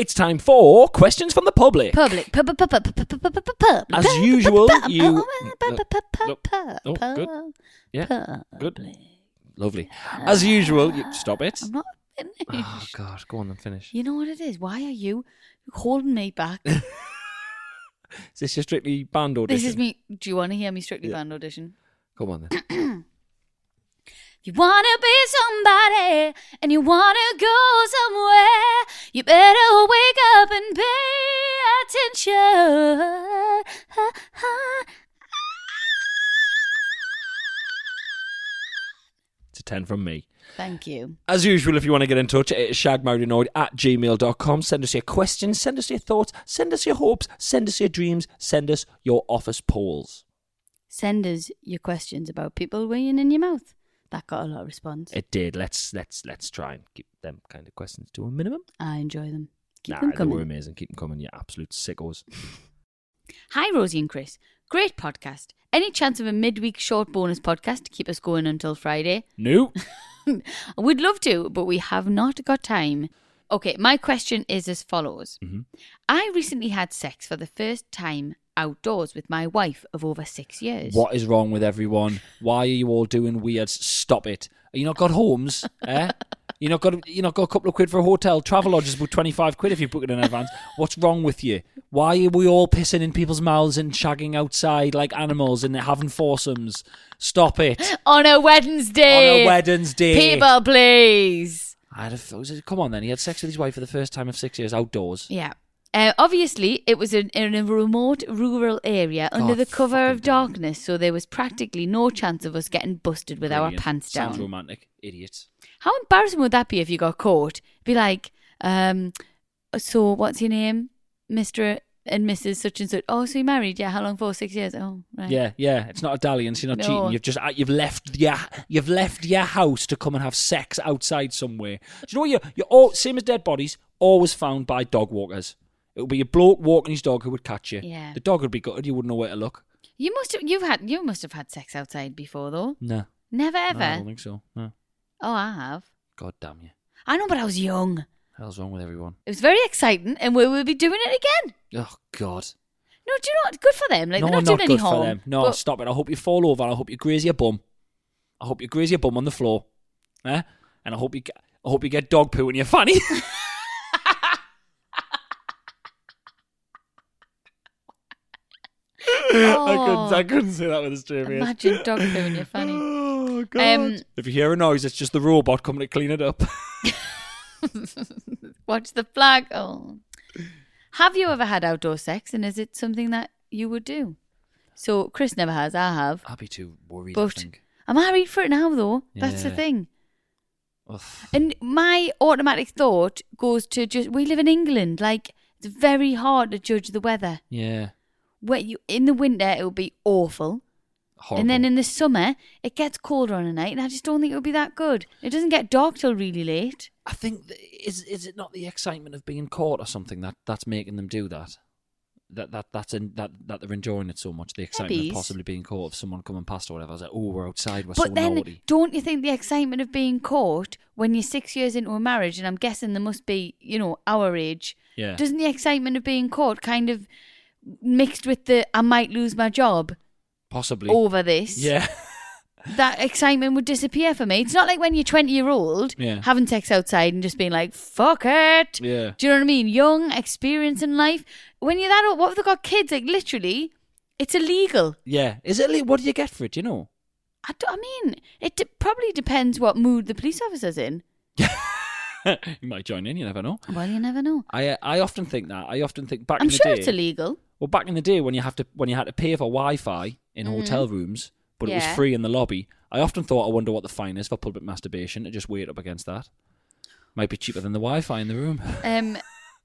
It's time for questions from the public. Public. Pu- pu- pu- pu- pu- pu- pu- pu- pu- pu- As pu- usual, pu- pu- you- pu- pu- pu- pu- pu- Nope. pu- Nope. Good. pu- Yeah. Good. public. Lovely. As usual, you, stop it. I'm not Oh, finished. God. Go on then, finish. You know what it is? Why are you holding me back? Is this your strictly band audition? This is me. Do you want to hear me strictly band audition? Come on then. If you want to be somebody and you want to go somewhere, you better wake up and pay attention. It's a 10 from me. Thank you. As usual, if you want to get in touch, it is shagmarinoid at gmail.com. Send us your questions, send us your thoughts, send us your hopes, send us your dreams, send us your office polls. Send us your questions about people weighing in your mouth. That got a lot of response. It did. Let's let's let's try and keep them kind of questions to a minimum. I enjoy them. Keep nah, them they were coming. amazing. Keep them coming, you absolute sickos. Hi, Rosie and Chris. Great podcast. Any chance of a midweek short bonus podcast to keep us going until Friday? No. We'd love to, but we have not got time. Okay, my question is as follows Mm-hmm. I recently had sex for the first time outdoors with my wife of over six years. What is wrong with everyone? Why are you all doing weird? Stop it. Are you not got homes? eh? You not got you not got a couple of quid for a hotel? Travelodge is about twenty five quid if you book it in advance. What's wrong with you? Why are we all pissing in people's mouths and shagging outside like animals and having foursomes? Stop it. On a Wednesday. On a Wednesday. People, please. I'd have, was it- come on then. He had sex with his wife for the first time of six years outdoors. Yeah. Uh, obviously, it was in, in a remote rural area under God, the cover Oh, fucking of darkness, so there was practically no chance of us getting busted with our Brilliant. pants down. Sounds romantic, idiot. How embarrassing would that be if you got caught? Be like, um, so what's your name, Mister and Mrs. Such and Such? Oh, so you married? Yeah. How long for? Six years. Oh, right. Yeah, yeah. It's not a dalliance. You're not No. cheating. You've just uh, you've left your you've left your house to come and have sex outside somewhere. Do you know what? You're, you're all same as dead bodies, always found by dog walkers. It would be a bloke walking his dog who would catch you. Yeah. The dog would be gutted. You wouldn't know where to look. You must have. You've had. You must have had sex outside before, though. No. Never ever. No, I don't think so. No. oh, I have. God damn you. I know, but I was young. Hell's wrong with everyone. It was very exciting, and we will be doing it again. Oh God. No, do you know what? Good for them. Like no, they're not, doing good any for harm. them. No, but- stop it. I hope you fall over. and I hope you graze your bum. I hope you graze your bum on the floor. Eh? And I hope you get, I hope you get dog poo in your fanny. Oh, couldn't say that with a straight imagine dog poo in your fanny. Oh, God. Um, if you hear a noise, it's just the robot coming to clean it up. Watch the flag. Oh. Have you ever had outdoor sex, and is it something that you would do? So Chris never has. I have. I'd be too worried. But- I think. I'm married for it now, though. That's the Yeah. thing. Ugh. And my automatic thought goes to just we live in England. Like it's very hard to judge the weather. yeah, Where you in the winter it will be awful, horrible. and then in the summer it gets colder on a night, and I just don't think it would be that good. It doesn't get dark till really late. I think th- is is it not the excitement of being caught or something that that's making them do that? That that that's in, that that they're enjoying it so much. The excitement Maybe. of possibly being caught, of someone coming past or whatever. I was like, oh, we're outside. We're so but then, naughty. don't you think the excitement of being caught when you're six years into a marriage, and I'm guessing there must be, you know, our age, Yeah. doesn't the excitement of being caught kind of mixed with the I might lose my job Possibly. over this? yeah. that excitement would disappear for me. It's not like when you're 20 year old Yeah. having sex outside and just being like, fuck it. Yeah. Do you know what I mean? Young, experiencing life. When you're that old, what have they got kids? Like, literally, it's illegal. Yeah. Is it? li- What do you get for it? do You know. I, do, I mean, it de- probably depends what mood the police officer's in. you might join in. You never know. Well, you never know. I uh, I often think that. I often think back. I'm in the sure day, it's illegal. Well, back in the day when you have to when you had to pay for Wi-Fi in hotel rooms, but it was Mm. Yeah. free in the lobby. I often thought, I wonder what the fine is for public masturbation. And just weigh it up against that. Might be cheaper than the Wi-Fi in the room. Um,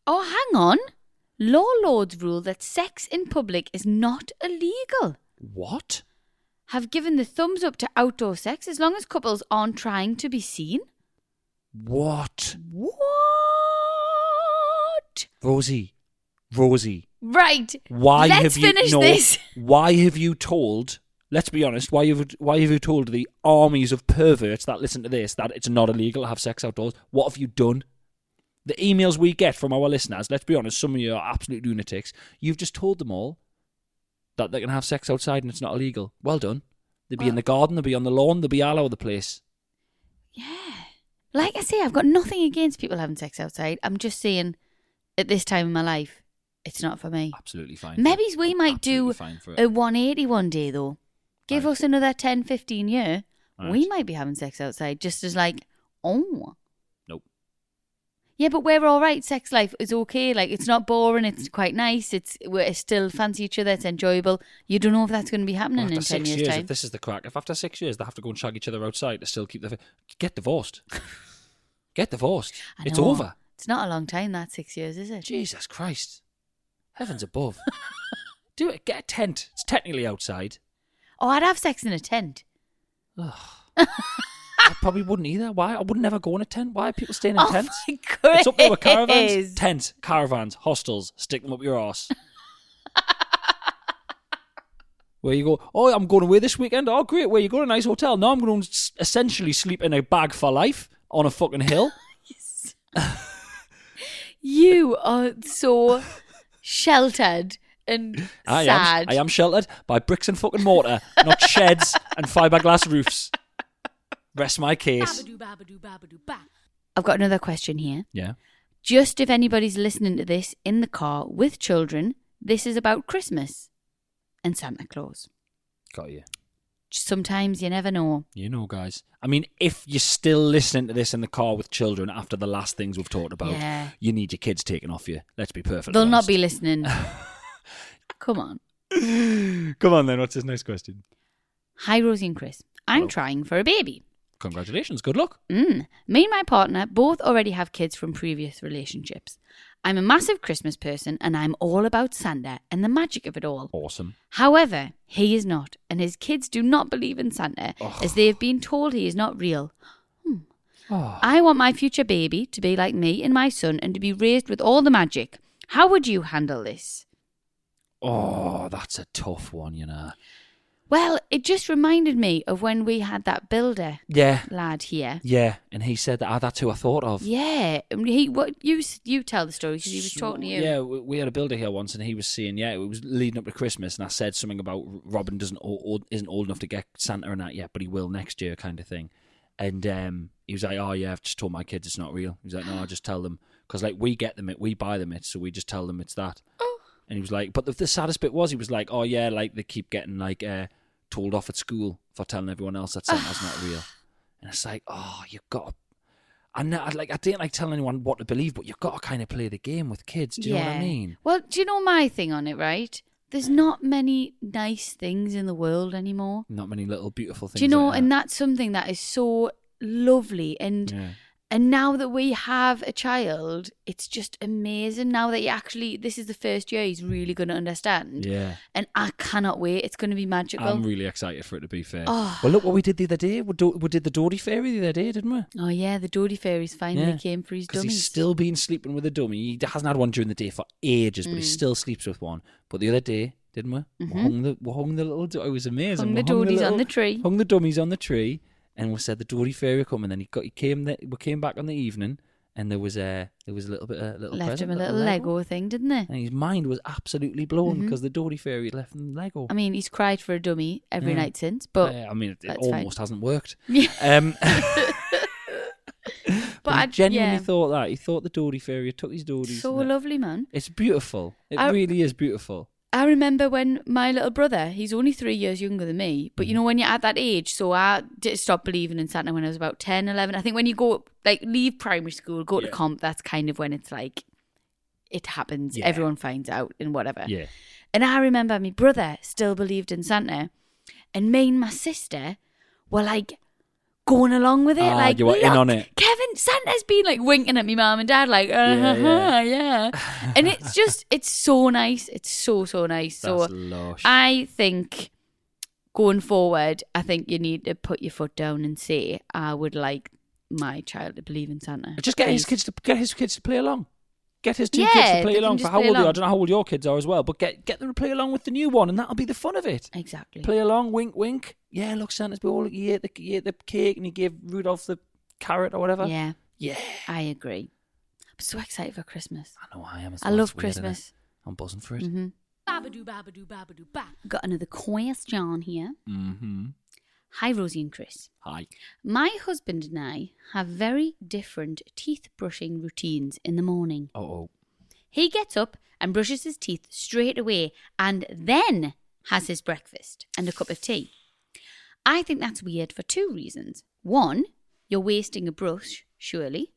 oh, hang on. Law lords rule that sex in public is not illegal. what? Have given the thumbs up to outdoor sex as long as couples aren't trying to be seen. What? What? Rosie, Rosie, Right. why Let's have you finish no, this. Why have you told? Let's be honest. Why have why have you told the armies of perverts that listen to this that it's not illegal to have sex outdoors? What have you done? The emails we get from our listeners. Let's be honest. Some of you are absolute lunatics. You've just told them all that they can have sex outside and it's not illegal. Well done. They'll be in Well- the garden. They'll be on the lawn. They'll be all over the place. Like I say, I've got nothing against people having sex outside. I'm just saying, at this time in my life, it's not for me. Absolutely fine. for it. Maybe we might do Absolutely fine for it. a 180 one day, though. Give Right. us another 10, 15 year. We Right. might be having sex outside just as, like, oh. Nope. Yeah, but we're all right. Sex life is okay. Like, it's not boring. It's quite nice. It's We're still fancy each other. It's enjoyable. You don't know if that's going to be happening Well, in 10 years' time. if this is the crack, if after six years they have to go and shag each other outside to still keep the get divorced, get divorced, I it's know. over. It's not a long time, that six years, is it? Jesus Christ, heavens above! Do it. Get a tent. It's technically outside. Oh, I'd have sex in a tent. Ugh. I probably wouldn't either. Why? I would never go in a tent. Why are people staying in Oh tents? my It's up there with caravans, Christ. tents, caravans, hostels. Stick them up your arse. Where you go? Oh, I'm going away this weekend. Oh, great. Where you go? to A nice hotel. Now I'm going to s- essentially sleep in a bag for life on a fucking hill. You are so sheltered and I sad. am, I am sheltered by bricks and fucking mortar, not sheds and fiberglass roofs. Rest my case. I've got another question here. Yeah. Just if anybody's listening to this in the car with children, this is about Christmas and Santa Claus. Got you. Sometimes you never know. You know, guys. I mean, if you're still listening to this in the car with children after the last things we've talked about, Yeah. you need your kids taken off you. Let's be perfect. They'll not be listening. Come on. Come on, then. What's his next question? Hi, Rosie and Chris. I'm trying for a baby. Congratulations. Good luck. Mm. Me and my partner both already have kids from previous relationships. I'm a massive Christmas person and I'm all about Santa and the magic of it all. Awesome. However, he is not, and his kids do not believe in Santa, as they have been told he is not real. Hmm. I want my future baby to be like me and my son and to be raised with all the magic. How would you handle this? Oh, that's a tough one, you know. Well, it just reminded me of when we had that builder Yeah. lad here. Yeah. And he said that. Ah, that's who I thought of. Yeah, and he. What you s- you tell the story because he was talking to you. Yeah, we, we had a builder here once, and he was saying, yeah, it was leading up to Christmas, and I said something about Robin doesn't o- old, isn't old enough to get Santa and that yet, but he will next year, kind of thing. And um, he was like, oh yeah, I've just told my kids it's not real. He was like, no, I just tell them because like we get them it, we buy them it, so we just tell them it's that. And he was like, but the, the saddest bit was he was like, oh yeah, like they keep getting like uh, told off at school for telling everyone else that Santa's not real. And it's like, oh, you've got to I know, I like I didn't like telling anyone what to believe, but you've got to kind of play the game with kids. Do you know what I mean? Well, do you know my thing on it? Right, there's not many nice things in the world anymore. Not many little beautiful things. Do you know? like and that's something that is so lovely. And Yeah. and now that we have a child, it's just amazing. Now that you actually, this is the first year he's really going to understand. Yeah. And I cannot wait. It's going to be magical. I'm really excited for it to be fair. Oh. Well, look what we did the other day. We, do, we did the Dory Fairy the other day, didn't we? oh yeah, the Dodie fairies finally came for his Because dummies. he's still been sleeping with a dummy. He hasn't had one during the day for ages, but he Mm. still sleeps with one. But the other day, didn't we? We, hung the, we hung the little. do- It was amazing. Mm-hmm. Hung We the Dories on the tree. Hung the dummies on the tree, and we said the Dory fairy were coming. Then he got. He came. The, we came back on the evening, and there was a there was a little bit a little Left present, him a little Lego Mm-hmm. thing, didn't they? and his mind was absolutely blown because the Dory fairy had left him Lego. I mean, he's cried for a dummy every Yeah. night since, Um, but Uh, I mean, it, it that's fine. almost hasn't worked. Yeah. Um, but, he I genuinely yeah. thought that he thought the Dory fairy had took his Dories. so and that- lovely, man. It's beautiful. It I- really is beautiful. I remember when my little brother, he's only three years younger than me, but Mm. you know, when you're at that age, so I did stop believing in Santa when I was about 10, 11. I think when you go, like, leave primary school, go to comp, that's kind of when it's like, it happens, Yeah. everyone finds out and whatever. Yeah. And I remember my brother still believed in Santa, and me and my sister were like, Going along with it, Ah, like you were in "Look, on it." Kevin Santa's been like winking at me mum and dad, like uh, Yeah, yeah. yeah, yeah. and it's just, it's so nice. It's so so nice. so That's lush. I think going forward, I think you need to put your foot down and say, I would like my child to believe in Santa. Just get his Please. kids to get his kids to play along. Get his two Yeah, kids to they play can along. just For how play old you? I along. don't know how old your kids are as well, but get get them to play along with the new one, and that'll be the fun of it. Exactly. Play along, wink, wink. Yeah, look, Santa's be all he ate the he ate the cake and he gave Rudolph the carrot or whatever. Yeah, yeah. I agree. I'm so excited for Christmas. I know I am. It's- I that's love weird, isn't it? Christmas. I'm buzzing for it. hmm Mm-hmm. Got another question here. Mm-hmm. Hi, Rosie and Chris. Hi. My husband and I have very different teeth brushing routines in the morning. Oh, oh. He gets up and brushes his teeth straight away and then has his breakfast and a cup of tea. I think that's weird for two reasons. One, you're wasting a brush, surely.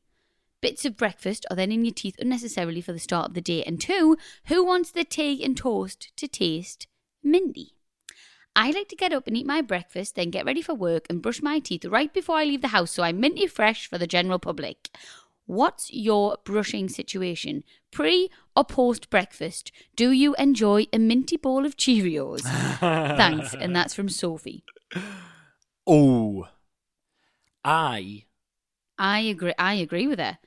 Bits of breakfast are then in your teeth unnecessarily for the start of the day. And two, who wants the tea and toast to taste minty? I like to get up and eat my breakfast, then get ready for work and brush my teeth right before I leave the house so I'm minty fresh for the general public. What's your brushing situation? Pre or post breakfast? Do you enjoy a minty bowl of Cheerios? Thanks. And that's from Sophie. Oh. I I agree. I agree with her.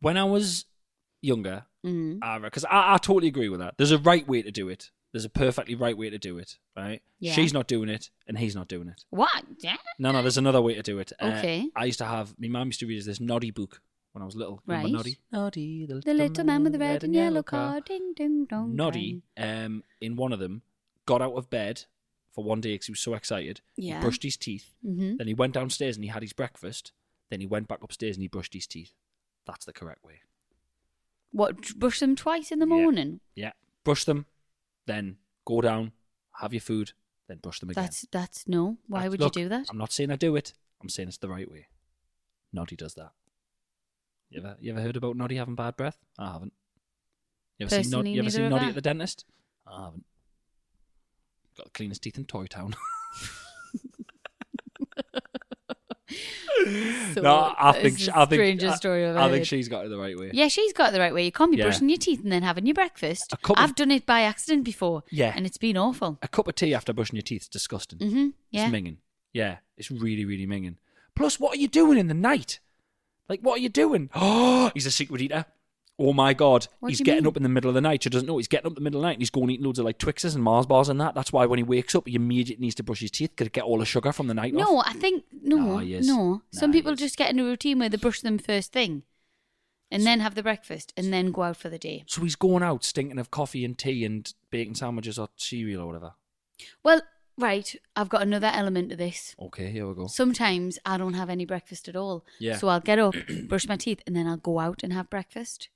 when I was younger, Mm. because I, I totally agree with that. There's a right way to do it. There's a perfectly right way to do it. Right? Yeah. She's not doing it, and he's not doing it. What? Yeah. No, no. There's another way to do it. Uh, Okay. I used to have my mum used to read us this noddy book when I was little. Remember Right. Noddy? Noddy, The little man with the red and yellow Oh, car. Ding, ding, dong. Noddy, um, in one of them, got out of bed for one day because he was so excited. Yeah. He brushed his teeth. Mm-hmm. Then he went downstairs and he had his breakfast. Then he went back upstairs and he brushed his teeth. That's the correct way. What? Brush them twice in the Yeah. morning. Yeah. Brush them, then go down, have your food, then brush them again. That's that's no. Why That's- would look, you do that? I'm not saying I do it. I'm saying it's the right way. Noddy does that. You ever you ever heard about Noddy having bad breath? I haven't. You ever seen, Nod- Personally, you ever neither seen have Noddy I. at the dentist? I haven't. Got the cleanest teeth in Toy Town. So, no, I that think is she, the I think strangest I, story I've I think heard. she's got it the right way. Yeah, she's got it the right way. You can't be Yeah. brushing your teeth and then having your breakfast. A couple- I've done it by accident before. Yeah. and it's been awful. A cup of tea after brushing your teeth is disgusting. Mm-hmm. Yeah, It's minging. Yeah, it's really, really minging. Plus, what are you doing in the night? Like, what are you doing? Oh, he's a secret eater. Oh my god, What do he's you getting mean? up in the middle of the night. She doesn't know he's getting up in the middle of the night and he's going eating loads of like Twixes and Mars bars and that. That's why when he wakes up, he immediately needs to brush his teeth to get all the sugar from the night off. No, I think no, Nah, he is. no. Some Nah, he people is. just get in a routine where they brush them first thing, and then have the breakfast, and then go out for the day. So he's going out stinking of coffee and tea and bacon sandwiches or cereal or whatever. Well, right. I've got another element to this. Okay, here we go. Sometimes I don't have any breakfast at all. Yeah. So I'll get up, brush my teeth, and then I'll go out and have breakfast.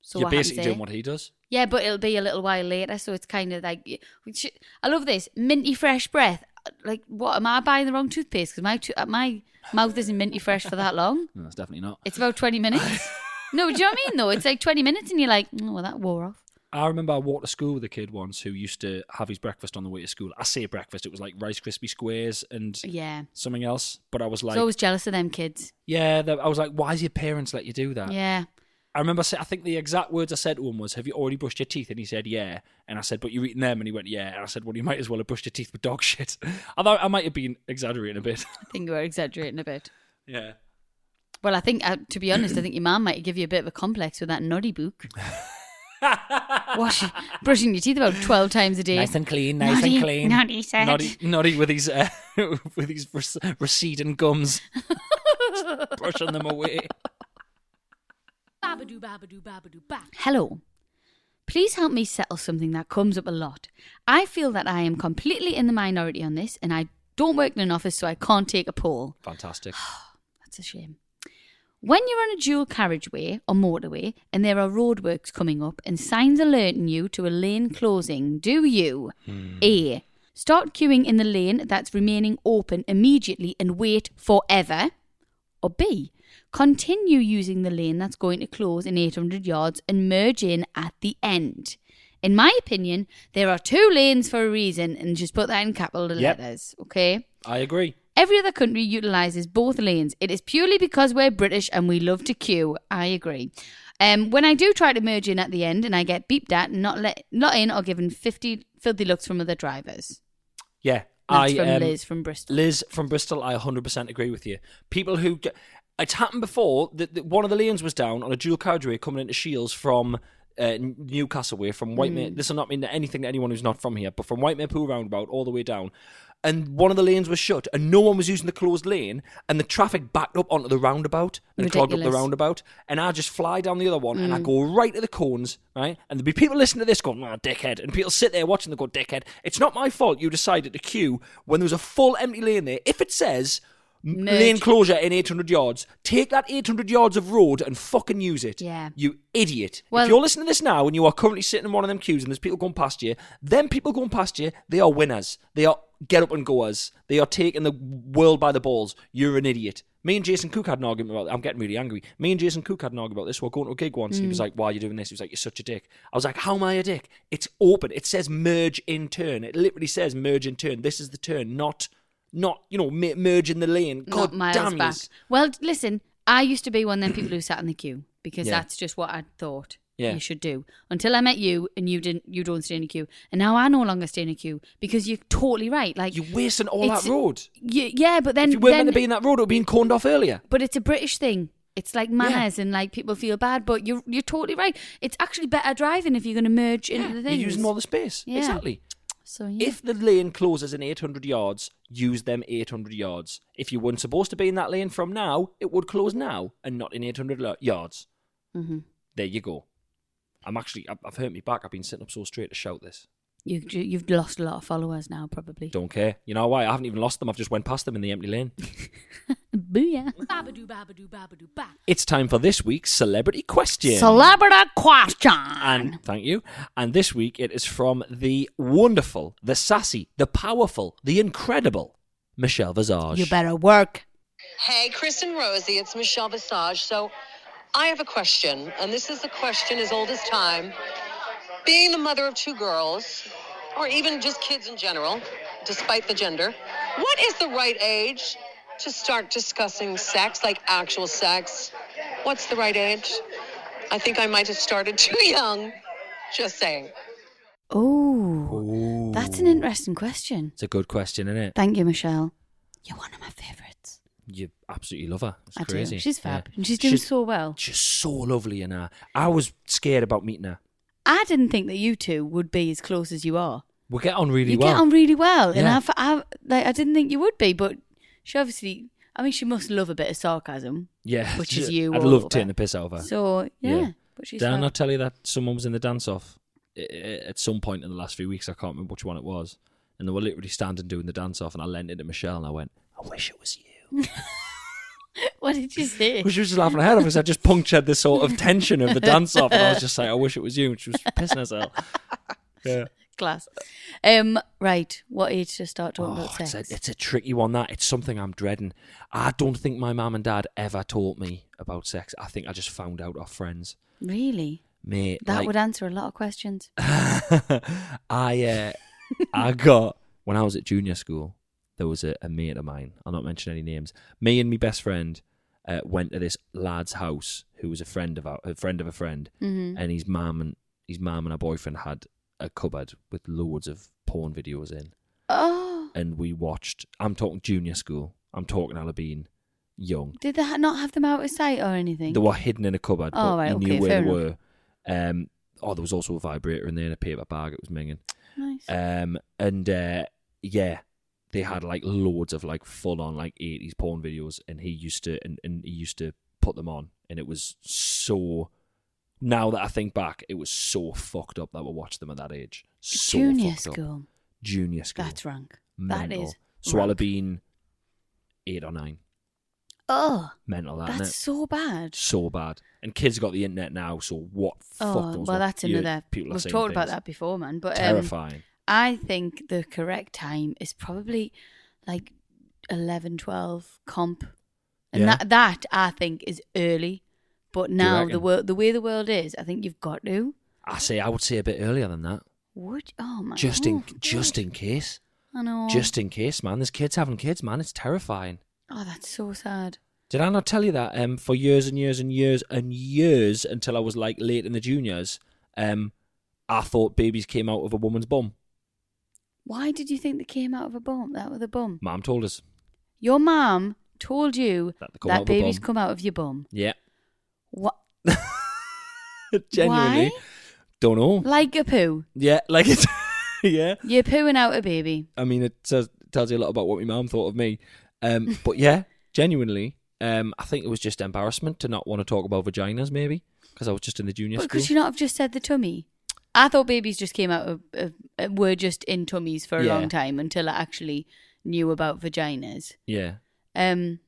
So You're what happens eh? basically there- doing what he does. Yeah, but it'll be a little while later, so it's kind of like which- I love this minty fresh breath. Like, what am I buying the wrong toothpaste? Because my to- uh, my mouth isn't minty fresh for that long. No, that's definitely not. It's about twenty minutes. no, do you know what I mean? Though it's like twenty minutes, and you're like, oh, well, that wore off. I remember I walked to school with a kid once who used to have his breakfast on the way to school. I say breakfast, it was like Rice Krispie squares and Yeah, something else. But I was I like, was always jealous of them kids. yeah, the- I was like, why is your parents let you do that? yeah, I remember, say, I think the exact words I said to him was, have you already brushed your teeth? And he said, yeah. And I said, but you're eating them? And he went, yeah. And I said, well, you might as well have brushed your teeth with dog shit. I thought I might have been exaggerating a bit. I think you were exaggerating a bit. yeah. Well, I think uh, to be honest, I think your mum might give you a bit of a complex with that noddy book. Wash, brushing your teeth about twelve times a day. clean, Noddy- Noddy said. Noddy, Noddy with his uh, with his rec- receding gums, Just brushing them away. Babadoo, babadoo, babadoo, ba. Hello. Please help me settle something that comes up a lot. I feel that I am completely in the minority on this, and I don't work in an office, so I can't take a poll. Fantastic. That's a shame. When you're on a dual carriageway or motorway and there are roadworks coming up and signs alerting you to a lane closing, do you A. Start queuing in the lane that's remaining open immediately and wait forever? Or B. Continue using the lane that's going to close in 800 yards and merge in at the end? In my opinion, there are two lanes for a reason, and just put that in capital Yep. letters, okay? I agree. Every other country utilises both lanes. It is purely because we're British and we love to queue. I agree. Um, when I do try to merge in at the end and I get beeped at, and not let not in or given fifty filthy looks from other drivers. Yeah, That's I from um, Liz from Bristol. Liz from Bristol, I 100% agree with you. People who. d- It's happened before that that one of the lanes was down on a dual carriageway coming into Shields from uh, N- Newcastle way, from Whitemere. Mm. This will not mean anything to anyone who's not from here, but from Whitemere Pool roundabout all the way down. And one of the lanes was shut, and no one was using the closed lane, and the traffic backed up onto the roundabout and clogged up the Ridiculous. roundabout. And I just fly down the other one, and I Mm. go right to the cones, right? And there'd be people listening to this going, "Ah, dickhead!" And people sit there watching, they go, "Dickhead!" It's not my fault you decided to queue when there was a full empty lane there. If it says m- Merge. lane closure in 800 yards, take that 800 yards of road and fucking use it. Yeah. you idiot. Well- if you're listening to this now and you are currently sitting in one of them queues and there's people going past you, them people going past you, they are winners. They are get up and goers. They are taking the world by the balls. You're an idiot. Me and Jason Cook had an argument about I'm getting really angry. Me and Jason Cook had an argument about this. We are going to a gig once and he Mm. was like, Why are you doing this? He was like, You're such a dick. I was like, How am I a dick? It's open. It says merge in turn. It literally says merge in turn. This is the turn, not not, you know, me- merge in the lane. Not God miles damn back. yous. Well, d- listen, I used to be one of them people who sat in the queue because Yeah. that's just what I thought Yeah. you should do. Until I met you, and you didn't, you don't stay in a queue, and now I no longer stay in a queue because you're totally right. Like You're wasting all that It's- road. you, yeah, but then if you weren't then, meant to be in that road, it would have been corned off earlier. But it's a British thing. It's like manners and like people feel bad, but you're you're totally right. It's actually better driving if you're going to merge into the You're things. using all the space. Yeah. Exactly. So yeah. If the lane closes in 800 yards, use them 800 yards. If you weren't supposed to be in that lane from now, it would close now and not in 800 lo- yards. hmm There you go. I'm actually, I've, I've hurt my back. I've been sitting up so straight to shout this. you you've lost a lot of followers now, probably. Don't care. You know why? I haven't even lost them. I've just went past them in the empty lane. Booyah! Babadoo, babadoo, babadoo, ba. It's time for this week's celebrity question. Celebrity question. And thank you. And this week it is from the wonderful, the sassy, the powerful, the incredible Michelle Visage. you better work. Hey, Chris and Rosie, it's Michelle Visage. So I have a question, and this is a question as old as time. Being the mother of two girls, or even just kids in general, despite the gender, what is the right age to start discussing sex, like actual sex? What's the right age? I think I might have started too young. Just saying. Oh, that's an interesting question. It's a good question, isn't it? Thank you, Michelle. You're one of my favorites. You absolutely love her. It's I do. crazy. She's fab. Yeah. And she's doing so well. She's so lovely and her. I was scared about meeting her. I didn't think that you two would be as close as you are. We get on really you well. get on really well, and Yeah. I've, I like I didn't think you would be, but she obviously. I mean, she must love a bit of sarcasm. yeah, which is you. I'd all love over. taking the piss out of her. So yeah, Yeah. but she's Dan, I fab. tell you that someone was in the dance off at some point in the last few weeks. I can't remember which one it was, and they were literally standing doing the dance off, and I leant into Michelle and I went, "I wish it was you." what did you say? She was just laughing her head off because I just punctured the sort of tension of the dance off, and I was just like, "I wish it was you." And she was pissing herself. Yeah. Class. Um. Right. What age to start talking Oh, it's, about a, sex? it's a tricky one. That it's something I'm dreading. I don't think my mum and dad ever taught me about sex. I think I just found out off friends, Really? mate. That like- would answer a lot of questions. I uh, I got when I was at junior school. There was a, a mate of mine. I'll not mention any names. Me and my best friend uh, went to this lad's house who was a friend of our, a friend of a friend, Mm-hmm. and his mum and his mum and her boyfriend had a cupboard with loads of porn videos in, Oh, and we watched. I'm talking junior school. I'm talking I'll have been young. did they ha- not have them out of sight or anything? They were hidden in a cupboard, Oh, but right, you knew okay, where they fair were. Um, oh, there was also a vibrator in there and a paper bag. It was minging. nice. Um, and uh, yeah, they had like loads of like full on like eighties porn videos, and he used to and, and he used to put them on, and it was so. Now that I think back, it was so fucked up that we watched them at that age. So Junior fucked up. school. Junior school. That's rank. Mental. That is. So I'll have rank. been eight or nine. Oh, Mental, that, that's so bad. so bad. And kids got the internet now, so what? fuck Oh, knows well, what that's you- another. People are We've saying talked about things. that before, man. But um, Terrifying. I think the correct time is probably like 11, 12 comp. And Yeah. that, that I think is early. But now the reckon? world, the way the world is, I think you've got to. I say I would say a bit earlier than that. Would oh my just in God. Oh. just in case I know. just in case man there's kids having kids man it's terrifying oh, that's so sad. did i not tell you that um for years and years and years and years until i was like late in the juniors um i thought babies came out of a woman's bum Why did you think they came out of a bum? That was a bum. mom told us Your mum told you That that, they come out of a babies bum. come out of your bum. yeah What? genuinely don't know Like a poo. yeah like it's yeah You're pooing out a baby. I mean, it says, tells you a lot about what my mum thought of me. Um, but yeah, genuinely, um, I think it was just embarrassment to not want to talk about vaginas, maybe because I was just in the junior but school. could you not have just said the tummy? I thought babies just came out of, of, uh, were just in tummies for a Yeah. long time until I actually knew about vaginas. yeah, Um,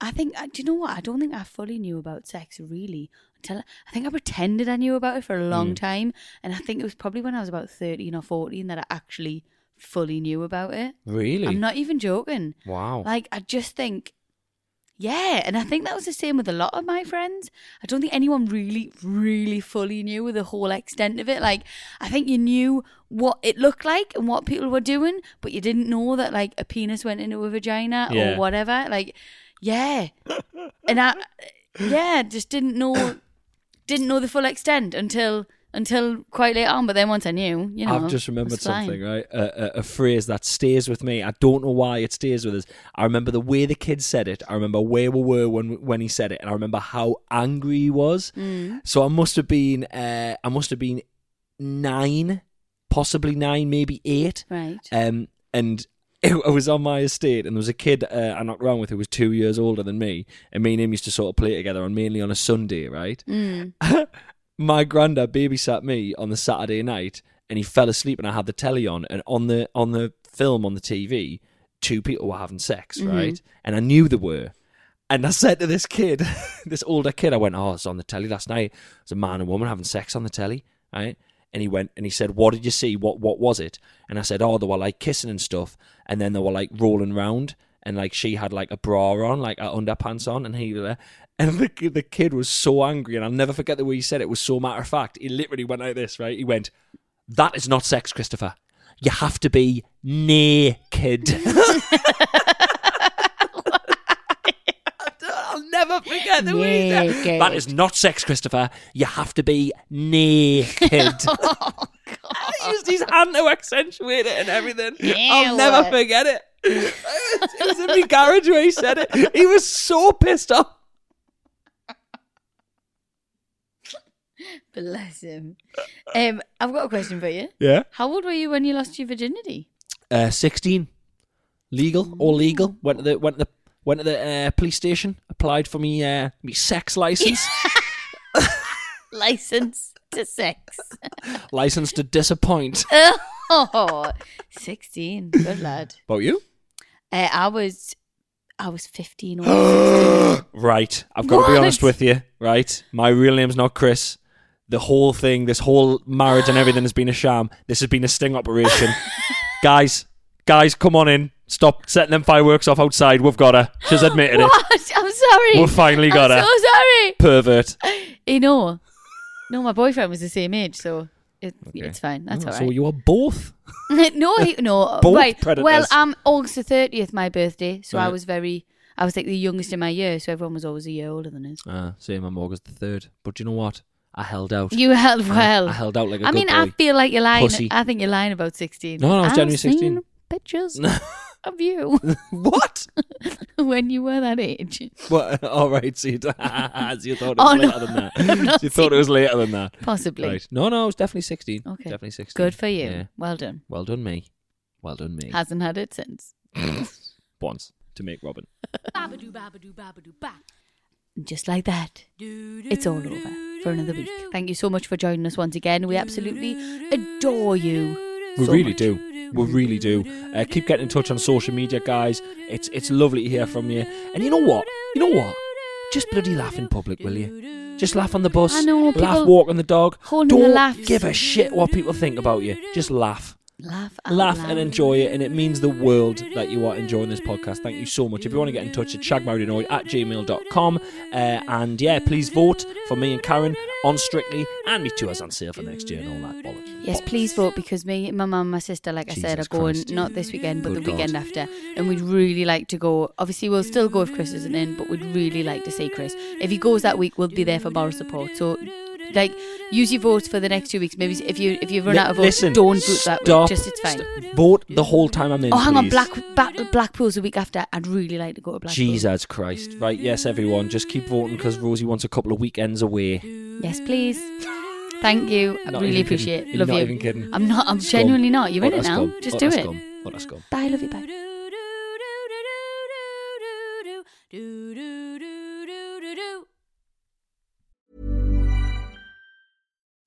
I think. I- Do you know what? I don't think I fully knew about sex really until I think I pretended I knew about it for a long Mm. time, and I think it was probably when I was about thirteen or fourteen that I actually fully knew about it. really? I'm not even joking. wow. Like I just think. Yeah, and I think that was the same with a lot of my friends. I don't think anyone really, really fully knew the whole extent of it. Like, I think you knew what it looked like and what people were doing, but you didn't know that like a penis went into a vagina Yeah. or whatever. Like, yeah, and I, yeah, just didn't know, didn't know the full extent until until quite late on. But then once I knew, you know, I've just it was remembered fine. something, right? A, a, a phrase that stays with me. I don't know why it stays with us. I remember the way the kid said it. I remember where we were when when he said it, and I remember how angry Mm. he was. So I must have been, uh, I must have been nine, possibly nine, maybe eight. Right. Um, and I was on my estate, and there was a kid uh, I knocked around with who was two years older than me, and me and him used to sort of play together on mainly on a Sunday, right? my granddad babysat me on the Saturday night, and he fell asleep, and I had the telly on, and on the on the film on the TV, two people were having sex, right? And I knew they were. And I said to this kid, this older kid, I went, "Oh, it's on the telly last night. It's a man and woman having sex on the telly, right?" And he went and he said, "What did you see? What what was it?" And I said, "Oh, they were like kissing and stuff, and then they were like rolling round, and like she had like a bra on, like her underpants on, and he was there." And the kid- the kid was so angry, and I'll never forget the way he said it. it was so matter of fact. He literally went like this, right? He went, "That is not sex, Christopher. You have to be naked." I'll never forget the way that. Naked. That is not sex, Christopher. You have to be naked. He used his hand to accentuate it and everything. I'll Ew. never forget it. it was in my garage where he said it. He was so pissed off. Bless him. Um, I've got a question for you. Yeah. How old were you when you lost your virginity? Uh, Sixteen, legal, all legal. Went to the went to the went to the uh, police station. Applied for me uh, me sex license. License to sex. license to disappoint. Uh, Oh, 16. Good lad. About you? Uh, I was, I was 15 or 16. Right. I've got to be What? honest with you. Right. My real name's not Chris. The whole thing, this whole marriage and everything has been a sham. This has been a sting operation. guys, guys, come on in. Stop setting them fireworks off outside. We've got her. She's admitted it. What? I'm sorry. We've finally got I'm her. so sorry. Pervert. You know, no, my boyfriend was the same age, so it, it's fine. That's Oh, all right. So you are both. no, he, no, Both right. predators. Well, um, August the thirtieth, my birthday, so I Right. was very, I was like the youngest in my year, so everyone was always a year older than us. Uh, same. I'm August the third. But you know what? I held out. You held well. I held out like a I good mean, I boy. feel like you're lying. Pussy. I think you're lying about sixteen. No, no, I was I've January 16. seen Pictures of you what? when you were that age. what? All right. So you, so you thought it was Oh, no. later than I've that. not you thought it seen- was later than that. Possibly. Right. No, no, it was definitely 16. Okay. Definitely 16. Good for you. Yeah. Well done. Well done, me. Well done, me. Hasn't had it since. Once to make Robin. Babadoo, babadoo, babadoo, ba. And just like that, it's all over for another week. Thank you so much for joining us once again. We absolutely adore you. We So really much. do. We really do. Uh, keep getting in touch on social media, guys. It's it's lovely to hear from you. And you know what? You know what? Just bloody laugh in public, will you? Just laugh on the bus. I know, people laugh walking the dog. holding their Don't laughs. give a shit what people think about you. Just laugh. Laugh, out laugh loud. and enjoy it, and it means the world that you are enjoying this podcast. Thank you so much. If you want to get in touch, it's shagmarriedanoid at gmail.com. Uh, and yeah, please vote for me and Karen on Strictly, and me too, as on sale for next year and all that bollocks. Yes, please vote because me, my mum, and my sister, like I said, are Jesus going Christ. not this weekend but Good the God. weekend after, and we'd really like to go. Obviously, we'll still go if Chris isn't in, but we'd really like to see Chris. If he goes that week, we'll be there for moral support. So, like, use your votes for the next two weeks. Maybe if you if you run Li- out of votes, listen, don't vote that stop, week. Just it's fine. st- vote the whole time I'm in. Oh, hang on, please. Black, Black Blackpool's the week after. I'd really like to go to Blackpool. Jesus Christ. Right, yes, everyone, just keep voting because Rosie wants a couple of weekends away. Yes, please. Thank you. I Not really even kidding. appreciate it. You're Love not you. even kidding. Oh, I'm not. I'm Scum. genuinely not. You're in Utter it now. scum. Just Utter do it. scum. Utter scum. Bye. Love you. Bye.